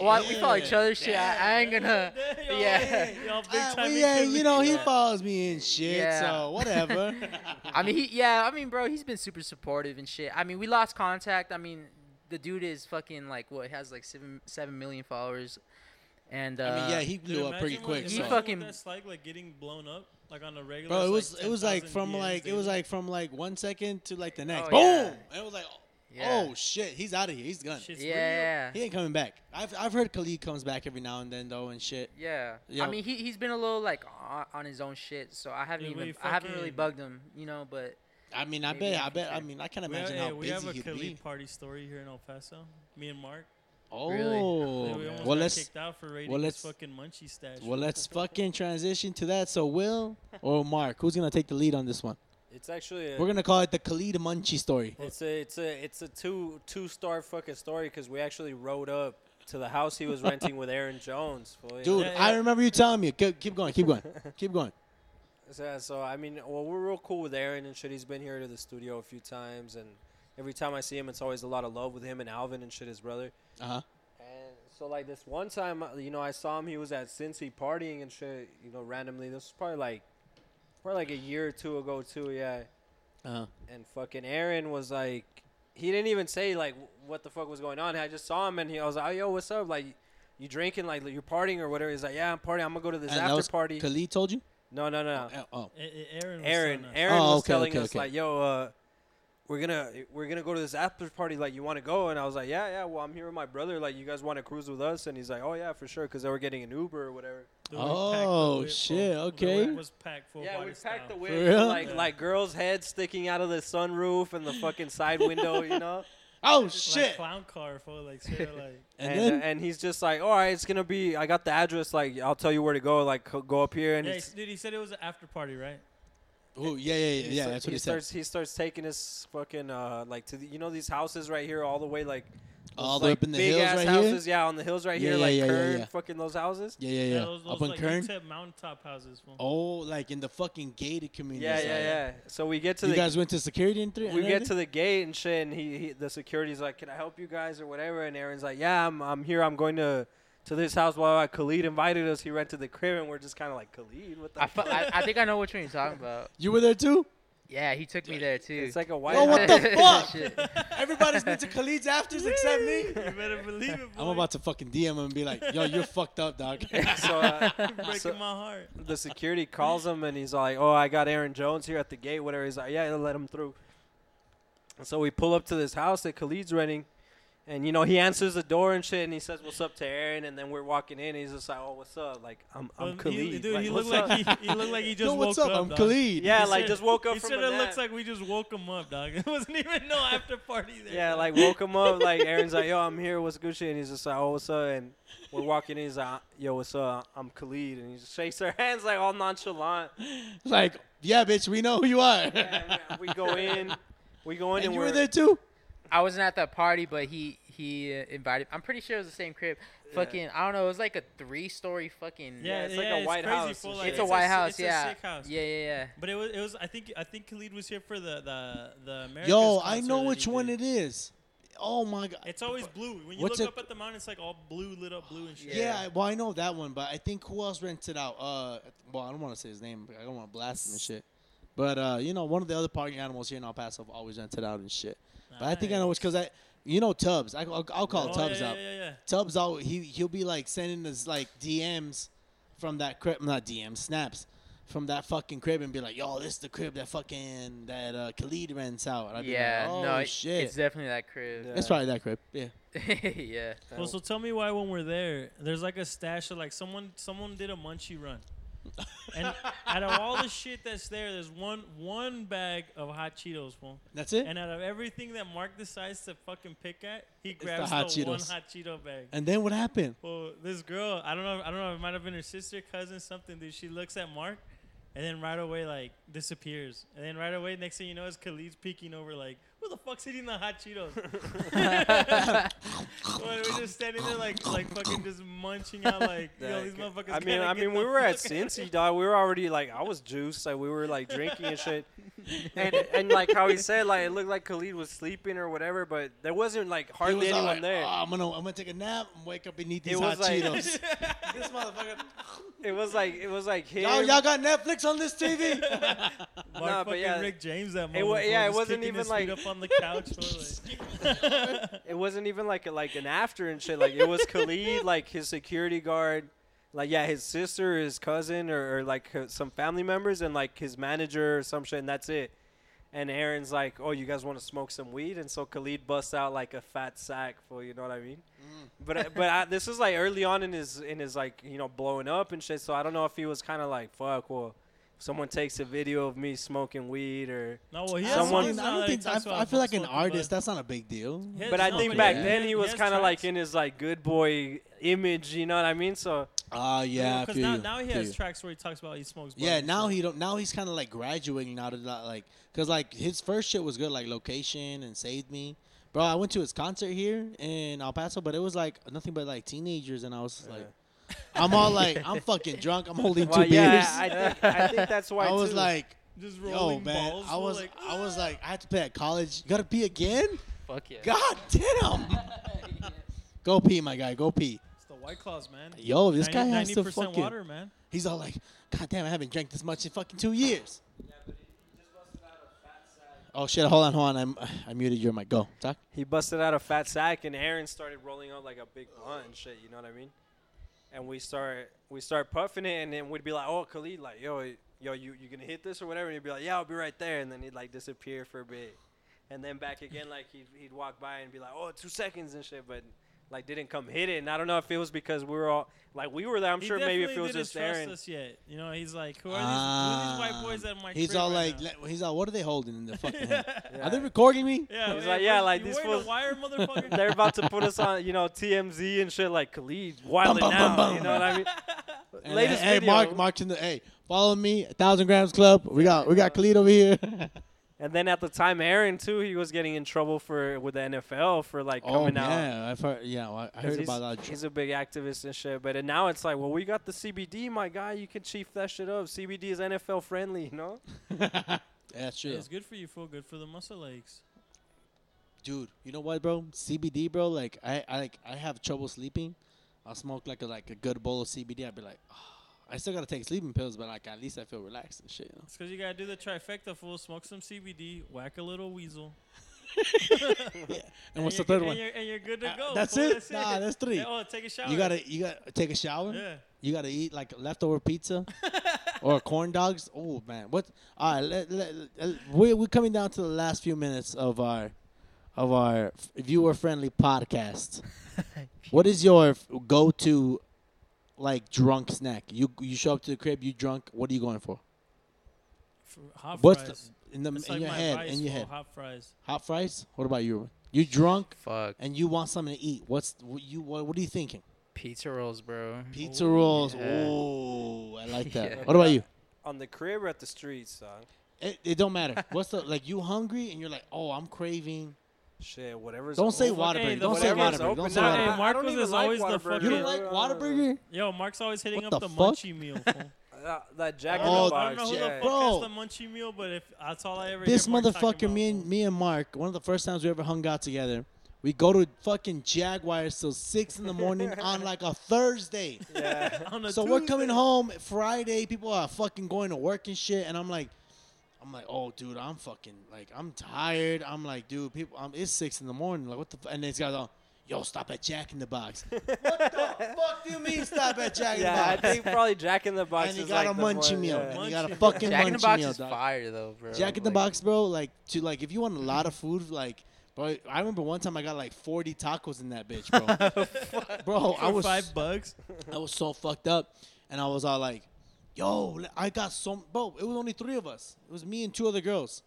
well, we follow each Shit. other. Shit, I, I ain't gonna. Y'all- Yeah. y'all big Ah, well, time yeah, equally. you know he Yeah. follows me and shit. Yeah. So whatever. I mean, he yeah. I mean, bro, he's been super supportive and shit. I mean, we lost contact. I mean, the dude is fucking like what has like seven seven million followers, and uh, I mean, yeah, he Dude, blew up pretty imagine what- quick. He So. imagine what fucking- that's like like getting blown up like on a regular. Bro, it it's was like it was like 10,000 from DMs, like it dude. was like from like one second to like the next. Oh, yeah. Boom! And it was like, yeah, oh shit, he's out of here. He's gone. Shit's yeah, real. yeah. He ain't coming back. I've I've heard Khalid comes back every now and then though and shit. Yeah. Yeah. I mean, he he's been a little like on, on his own shit, so I haven't Dude, even we I haven't really fucking- bugged him, you know. But I mean, I Maybe bet I after bet I that. mean I can't We have, imagine hey, how we have busy a he'd Khalid be. party story here in El Paso. Me and Mark. Oh, Really? Yeah, we well almost got let's kicked out for raiding well, let's- his fucking munchie stash. well let's fucking transition to that. So Will or Mark, who's gonna take the lead on this one? It's actually a, We're gonna call it the Khalid Munchie story. It's a it's a it's a two two star fucking story because we actually rode up to the house he was renting with Aaron Jones. Fool, you Dude, Yeah, I yeah. remember you telling me. Keep keep going, keep going, keep going. So, so I mean, well, we're real cool with Aaron and shit. He's been here to the studio a few times, and every time I see him, it's always a lot of love with him and Alvin and shit, his brother. Uh huh. And so like this one time, uh, you know, I saw him. He was at Cincy partying and shit. You know, randomly. This was probably like, probably like a year or two ago too. Yeah. Uh huh. And fucking Aaron was like, he didn't even say like wh- what the fuck was going on. I just saw him and he, I was like, oh yo, what's up? Like, you drinking? Like you're partying or whatever? He's like, yeah, I'm partying. I'm gonna go to this And that after was party. Uh-huh. Khalid told you? no, no, no. Oh, oh. A- a- Aaron. was Aaron, telling us. Aaron Oh, was okay, telling okay, us okay. like, yo, uh, we're gonna we're gonna go to this after party. Like, you want to go? And I was like, yeah, yeah. Well, I'm here with my brother. Like, you guys want to cruise with us? And he's like, oh yeah, for sure, because they were getting an Uber or whatever. Dude, we packed the Oh, whip, shit, fool. The okay. whip was packed full. Yeah, we packed the For way real? like Yeah. like girls' heads sticking out of the sunroof and the fucking side window, you know. Oh Like shit! clown car for like straight up, like. And, and, then uh, and he's just like, all right, it's gonna be. I got the address. Like, I'll tell you where to go. Like, co- go up here. And Yeah, he it's- s- dude, he said it was an after party, right? Oh yeah, yeah, yeah, He yeah. sta- That's what he he said. starts. He starts taking his fucking uh, like to the, you know these houses right here, all the way like All those, the way like, up in the big hills ass right here. houses. Yeah, on the hills right Yeah, here, yeah, like yeah, yeah, Kern, yeah. fucking those houses. Yeah, yeah, yeah. those, those Up on like Kern. tip mountaintop houses. Fool. Oh, like in the fucking gated community. Yeah, yeah, side. yeah, So we get to You the guys went to security and three. we get to the gate and shit, and he, he the security's like, "Can I help you guys or whatever?" And Aaron's like, "Yeah, I'm I'm here. I'm going to." To this house, while uh, Khalid invited us, he rented the crib, and we're just kind of like Khalid. What the? I, fu- I, I think I know which one you're talking about. You were there too. Yeah, he took me there too. it's like a white. Oh, what house. the fuck? Shit. Everybody's been to Khalid's afters except me. You better believe it. I'm boy. about to fucking DM him and be like, "Yo, you're fucked up, dog." so, uh, You're breaking so- my heart. the security calls him and he's like, "Oh, I got Aaron Jones here at the gate. Whatever." He's like, "Yeah, let him through." And so we pull up to this house that Khalid's renting, and you know he answers the door and shit, and he says, "What's up to Aaron?" And then we're walking in, and he's just like, "Oh, what's up?" Like I'm, I'm Um, Khalid. he- dude, like, he "What's looked like up?" he, he looked like he just Yo, what's woke up? I'm dog. Khalid. yeah, He like should- just woke up He from should a have nap. looks like we just woke him up, dog. It wasn't even no after party there. yeah, dog. like woke him up. Like Aaron's like, "Yo, I'm here. What's Gucci?" And he's just like, "Oh, what's up?" And we're walking in. He's like, "Yo, what's up? I'm Khalid." And he just shakes our hands like all nonchalant. Like, yeah, bitch, we know who you are. And we go in. We go and in and, you we're were there too. I wasn't at that party, but he he uh, invited. I'm pretty sure it was the same crib. Fucking, I don't know. It was like a three story fucking. yeah, it's like a White crazy, House fool, and like, shit. It's, a si- White House. it's a yeah. sick house. Yeah, yeah, yeah. But it was, it was. I think, I think Khalid was here for the the the Americas Yo, I concert know that which he one did. it is. Oh my god. It's always blue. When you What's look it- up at the mountain, it's like all blue, lit up blue and shit. Yeah. Yeah. I- well, I know that one, but I think who else rented out? Uh, well, I don't want to say his name. I don't want to blast him and shit. But uh, you know, one of the other parking animals here in El Paso always rented out and shit. But I think I know it's because I, you know, Tubbs. I, I'll, I'll call Oh, Tubbs yeah, out. Yeah, yeah, yeah. Tubbs out. He he'll be like sending us like DMs from that crib, not DMs, snaps from that fucking crib, and be like, "Yo, this is the crib that fucking that uh, Khalid rents out." I'd be yeah. like, "Oh no, it- shit, it's definitely that crib. it's probably that crib." Yeah. Yeah. Well, so tell me why when we're there, there's like a stash of like someone someone did a munchie run, and out of all the shit that's there, there's one one bag of hot Cheetos, fool. That's it. And out of everything that Mark decides to fucking pick at, he the grabs the, hot one Cheetos. hot Cheeto bag. and then what happened? Well, this girl, I don't know, I don't know, it might have been her sister, cousin, something, dude. She looks at Mark, and then right away like disappears, and then right away next thing you know is Khalid's peeking over like, who the fuck's eating the hot Cheetos? Well, we're just standing there like like fucking just munching out like, yo, these motherfuckers. I mean, gotta I get mean, the we were at fuck out of here. Cincy, dog. We were already like, I was juiced, like we were like drinking and shit, and and like how he said, like it looked like Khalid was sleeping or whatever, but there wasn't like He hardly was all anyone like, there. "Oh, I'm gonna I'm gonna take a nap and wake up and eat these It was hot like- Cheetos. this motherfucker. It was like it was like him. y'all, y'all got Netflix on this TV? Mark Nah, but fucking yeah. Rick James that moment. It wa- bro, yeah, it just wasn't kicking even his feet like- up on the couch. bro, like- it wasn't even like a, like an after and shit. Like it was Khalid, like his security guard, like yeah, his sister, his cousin, or, or like h- some family members, and like his manager or some shit, and that's it. And Aaron's like, "Oh, you guys want to smoke some weed?" And so Khalid busts out like a fat sack, for you know what I mean. But I- but I, this is like early on in his in his like you know blowing up and shit. So I don't know if he was kind of like, "Fuck, well, if someone takes a video of me smoking weed or." no, well, he has Someone, I songs now don't that he think I, talks about I feel like an smoking, but- artist. That's not a big deal. Yeah, But I no, think but back yeah, then he was has kind of like tracks. in his like good boy image, you know what I mean? So Ah, yeah, I because feel now, you. now he Feel has you. tracks where he talks about he smokes. bud Yeah, and now shit. he don't. Now he's kind of like graduating out of that, like, cause like his first shit was good, like location and saved me, bro. I went to his concert here in El Paso, but it was like nothing but like teenagers, and I was just like, I'm all like, I'm fucking drunk. I'm holding two well, beers. yeah, I think I think that's why I was too. like, just yo, rolling man, balls. I bro, was, like, ah. I was like, I had to play at college. You gotta pee again? Fuck yeah. God damn! Go pee, my guy. Go pee. it's the White Claws, man. Yo, this guy 90, has to 90% fucking. water, man. He's all like, God damn, I haven't drank this much in fucking two years. Oh shit! Hold on, hold on. I'm, I muted your mic. Go talk. he busted out a fat sack and Aaron started rolling up like a big blunt and shit, you know what I mean? And we start we start puffing it and then we'd be like, Oh Khalid, like, yo, yo, you you gonna hit this or whatever? And he'd be like, Yeah, I'll be right there and then he'd like disappear for a bit. And then back again, like he'd he'd walk by and be like, Oh, two seconds and shit, but like didn't come hit it, and I don't know if it was because we were all like we were there. I'm He sure maybe if it definitely was didn't just trust Aaron. us yet. You know, he's like, who are these, who are these white boys at my Ah, He's crib all right like, now? le- he's all, what are they holding in the fucking hand? Yeah. Are they recording me? yeah, He's hey, like, yeah, what- like, you these wearing fools- a wire, motherfucker. They're about to put us on, you know, TMZ and shit like Khalid wilding bum, bum, out. bum. You know what I mean? And, Latest hey, video. Mark, Mark's in the hey, Follow me, Thousand Grams Club. We got we got Khalid over here. And then at the time, Aaron too, he was getting in trouble for with the NFL for like oh coming out. yeah, I've heard. Yeah, well, I 'Cause heard he's, about that. he's a big activist and shit. But and now it's like, well, we got the CBD, my guy. You can chief that shit up. CBD is NFL friendly, you know. yeah, true, It's good for you, fool. Good for the muscle aches. dude. You know what, bro? CBD, bro. Like I, I like I have trouble sleeping. I'll smoke like a like a good bowl of CBD. I'd be like, oh, I still gotta take sleeping pills, but like at least I feel relaxed and shit. You know? It's because you gotta do the trifecta, fool. Smoke some CBD, whack a little weasel. And what's the you're- third and one? You're, and you're good to Uh, go. that's fool. it? Nah, that's three. Yeah, Oh, take a shower. You gotta you gotta take a shower. Yeah. You gotta eat like leftover pizza or corn dogs. Oh man, what? All right, let, let, let- we're we're coming down to the last few minutes of our of our viewer friendly podcast. what is your go to like drunk snack? You you show up to the crib, you drunk. What are you going for? F- Hot What's the, fries. in the in It's like your my head? vice, in your fool, head, Hot fries. hot fries. What about you? You drunk Fuck. and you want something to eat. What's what you what, what are you thinking? Pizza rolls, bro. Pizza rolls. yeah. Oh, I like that. Yeah. What about you? On the crib or at the streets, son. It, it don't matter. What's the like? You hungry and you're like, oh, I'm craving. Shit, whatever's. Don't say open. Whataburger. fucking- don't say Whataburger. whatever's Don't open. say Nah, Whataburger. hey, Marcos I don't even is always like the Whataburger. You fucking- don't like Whataburger? Yo, Mark's always hitting What the up the, fuck? munchie meal. Fool. Uh, that Jack in Oh, the I don't Box. know who yeah. the fuck Bro. has the munchie meal, but if that's all I ever. This hear Mark talking motherfucker, about, me fool. and me and Mark, one of the first times we ever hung out together, we go to fucking Jaguars till six in the morning on like a Thursday. yeah. On a So we're Tuesday. coming home Friday. People are fucking going to work and shit, and I'm like, I'm like, oh, dude, I'm fucking like, I'm tired. I'm like, dude, people, um, it's six in the morning. Like, what the? F-? And these guys all, yo, stop at Jack in the Box. what the fuck do you mean stop at Jack in the yeah, Box? I think probably Jack in the Box. and he is got like a the munchie one, meal. yeah. And he got a Munchie. fucking Jack munchie in the Box meal, is dog. fire though, bro. Jack in the Like, Box, bro. Like to like if you want a lot of food, like bro, I remember one time I got like forty tacos in that bitch, bro. bro, For Oh, I was five bucks. I was so fucked up, and I was all like, "Yo, l- I got some, bro. It was only three of us. It was me and two other girls,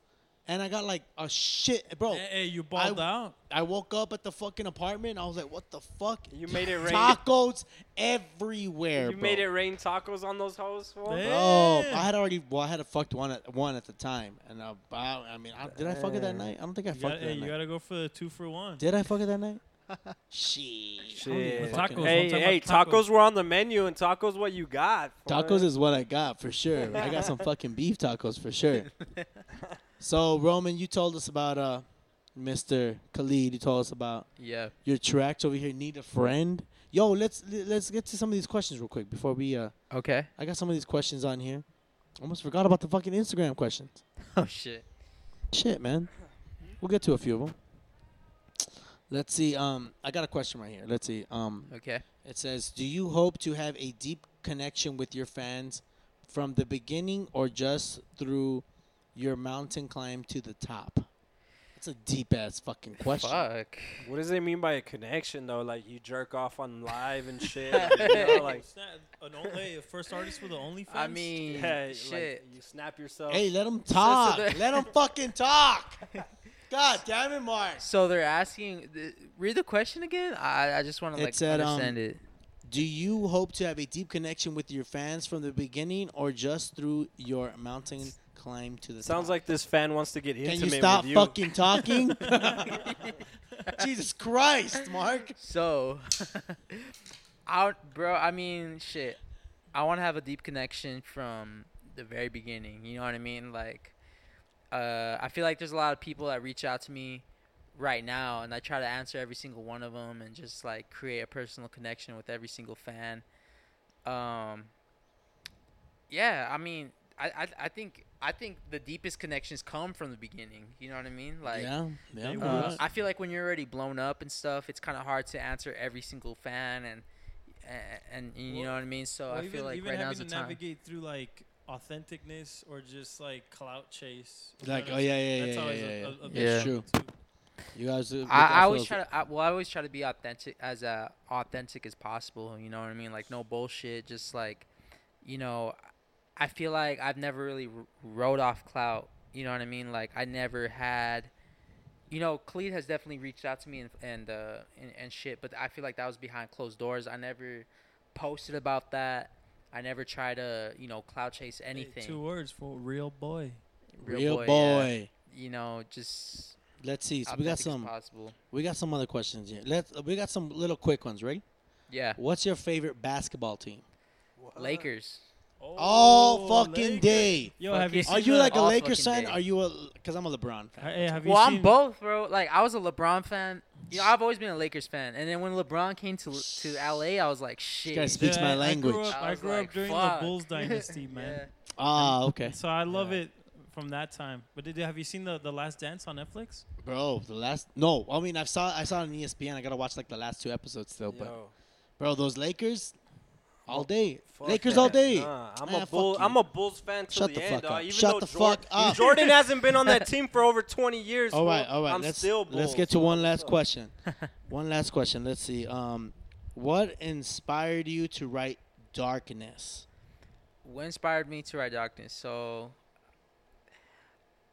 and I got like a shit, bro. Eh, Hey, hey, you balled out. Oh. I woke up at the fucking apartment. I was like, "What the fuck? You made it rain. Tacos everywhere, You bro. made it rain tacos on those hoes, fool. Man. Oh, Yeah. I had already. Well, I had a fucked one at one at the time, and I, I, I mean, I, did I fuck it that night? I don't think I You fucked gotta, it that hey, you night. gotta go for the two for one. Did I fuck it that night? Shit. I don't even Shit. fucking Tacos. know. Hey, Don't talk hey, about tacos. tacos. were on the menu, and tacos what you got. fool. Tacos is what I got for sure. I got some fucking beef tacos for sure. so Roman, you told us about uh, Mr. Khalid. You told us about Yeah. your tracks over here. Need a friend. Yo, let's let's get to some of these questions real quick before we. Uh, Okay. I got some of these questions on here. Almost forgot about the fucking Instagram questions. Oh shit. Shit, man. We'll get to a few of them. Let's see. Um, I got a question right here. Let's see. Um, Okay. it says, "Do you hope to have a deep connection with your fans from the beginning, or just through your mountain climb to the top?" That's a deep ass fucking question. Fuck. What does it mean by a connection though? Like you jerk off on live and shit. you know, like, Snap- an only, hey, the first artist with the OnlyFans. I mean, yeah, like, shit. you snap yourself. Hey, let them so talk. the- let them fucking talk. God damn it, Mark. So they're asking. Th- read the question again. I I just want It to like said, um, understand it. Do you hope to have a deep connection with your fans from the beginning, or just through your mountain climb to the top? Sounds like this fan wants to get intimate Can you stop with you. fucking talking? Jesus Christ, Mark. So, out, bro. I mean, shit. I want to have a deep connection from the very beginning. You know what I mean? Like, uh, I feel like there's a lot of people that reach out to me right now, and I try to answer every single one of them, and just like create a personal connection with every single fan. Um. Yeah, I mean, I, I, I think, I think the deepest connections come from the beginning. You know what I mean? Like, yeah, oh, yeah. They you're were right. uh, Yes. I feel like when you're already blown up and stuff, it's kind of hard to answer every single fan and and, and you know what I mean. So Well, I feel like right having now's the to time. navigate through like authenticness or just like clout chase. You know Like, what oh I'm yeah, saying? yeah, yeah, That's yeah, always yeah, a- yeah. a- a big It's Yeah. true. thing, too. You guys, uh, look out I, I for always those- try to. I, well, I always try to be authentic as uh, authentic as possible. You know what I mean? Like no bullshit. Just like, you know, I feel like I've never really r- rode off clout. You know what I mean? Like I never had. You know, Cleed has definitely reached out to me and and, uh, and and shit, but I feel like that was behind closed doors. I never posted about that. I never try to, you know, cloud chase anything. two words for real boy. Real boy. yeah. You know, just Let's see. So we authentic got as some. possible. We got some other questions here. Let's. We got some little quick ones. Ready? Yeah, What's your favorite basketball team? Lakers. All fucking Lakers. day. Oh, Yo, have you seen Fucking- Are you like a all Lakers fucking fan? day. Are you a? Because I'm a LeBron. fan. Hey, have you Well, I'm seen- both, bro. Like I was a LeBron fan. You know, I've always been a Lakers fan, and then when LeBron came to to LA, I was like, shit. guy's Speaks Dude, my I- I language. grew up, I I was grew like, up during fuck. the Bulls dynasty, man. Ah, okay, So I love Yeah. it from that time. But did, have you seen the the Last Dance on Netflix? bro. The last. No, I mean I saw. I saw it on E ESPN. I gotta watch like the last two episodes still. But Yo, bro, those Lakers, all day. fuck Lakers that. all day. Nah, I'm Man, a fuck Bull. you. I'm a Bulls fan till Shut the, the end. fuck up. dog. Even Shut though the Jor- fuck up. Jordan hasn't been on that team for over 20 years. All right, fool. all right. I'm let's, still Bulls. let's get to fool. one last So- question. one last question. Let's see. Um, what inspired you to write Darkness? what inspired me to write darkness so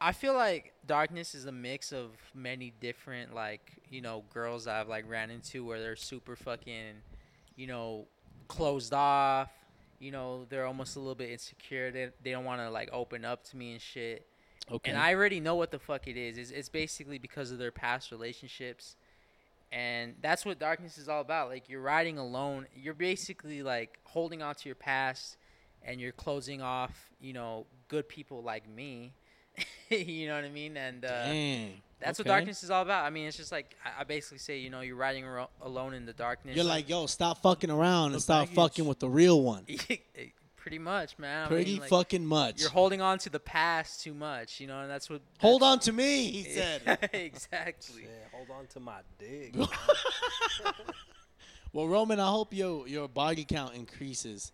i feel like darkness is a mix of many different like you know girls that i've like ran into where they're super fucking you know closed off you know they're almost a little bit insecure they, they don't want to like open up to me and shit Okay. and I already know what the fuck it is. It's, it's basically because of their past relationships. And that's what darkness is all about. Like, you're riding alone. You're basically, like, holding on to your past and you're closing off, you know, good people like me. you know what I mean? And uh, Dang. that's Okay. what darkness is all about. I mean, it's just like, I, I basically say, you know, you're riding aro- alone in the darkness. You're like, yo, stop fucking around The and stop baggage. fucking with the real one. pretty much, man. I Pretty mean, like, fucking much. You're holding on to the past too much, you know, and that's what. Hold on to me, he said. exactly. Yeah, hold on to my dick. well, Roman, I hope your your body count increases.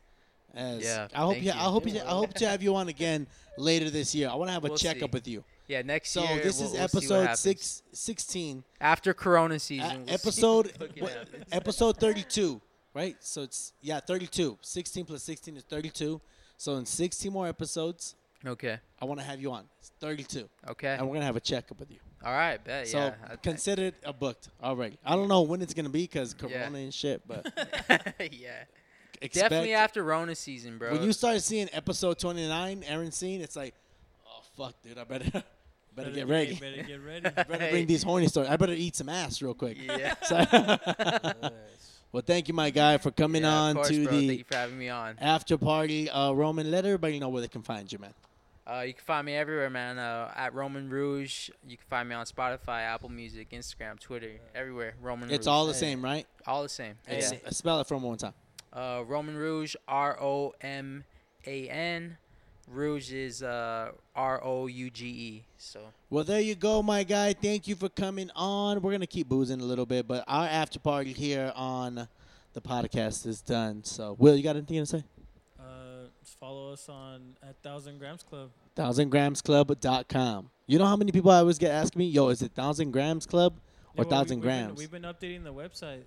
As Yeah, I hope thank you, I you. hope you, I hope to have you on again later this year. I want to have a We'll checkup see. with you. Yeah, next So year. this we'll- is we'll see what episode happens. six, 16. after Corona Uh, season. we'll see episode what fucking what- happens. episode 32 right so it's yeah 32 16 plus 16 is 32 so in 16 more episodes Okay. i want to have you on it's 32 Okay. and we're gonna have a checkup with you All right. Bet. so Eh. yeah. I- consider it a booked all right i don't know when it's gonna be because corona Yeah. and shit but yeah. expect Definitely after Rona season, bro. when you start seeing episode 29 aaron scene it's like oh fuck dude i better better, get ready Better get ready. better bring these horny stories i better eat some ass real quick yeah. So- Yes. well thank you my guy for coming Yeah, of on course, to bro. the Thank you for having me on. after party. Uh, Roman, let everybody know where they can find you, man. Uh, you can find me everywhere, man. Uh, at Roman Rouge. You can find me on Spotify, Apple Music, Instagram, Twitter, everywhere. Roman. It's Rouge. all the same, right? All the same. It's- Yeah. Spell it for me one time. Uh, Roman Rouge. R O M A N. Rouge is uh, R O U G E. So. Well, there you go, my guy. Thank you for coming on. We're gonna keep boozing a little bit, but our after party here on the podcast is done. So, Will, you got anything to say? uh, follow us on at Thousand Grams Club. Thousandgramsclub.com. You know how many people I always get asking me, "Yo, is it Thousand Grams Club or Yeah, well, we- Thousand we've been- Grams?" We've been, updating the website.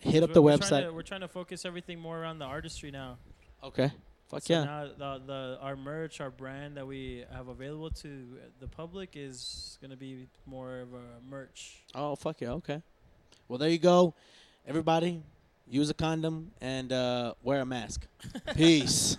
Hit up We're- the we're trying website. to- we're trying to focus everything more around the artistry now. okay. Fuck So yeah. now the, the our merch, our brand that we have available to the public is gonna be more of a merch. Oh fuck yeah, okay. Well there you go. Everybody, use a condom and uh, wear a mask. Peace.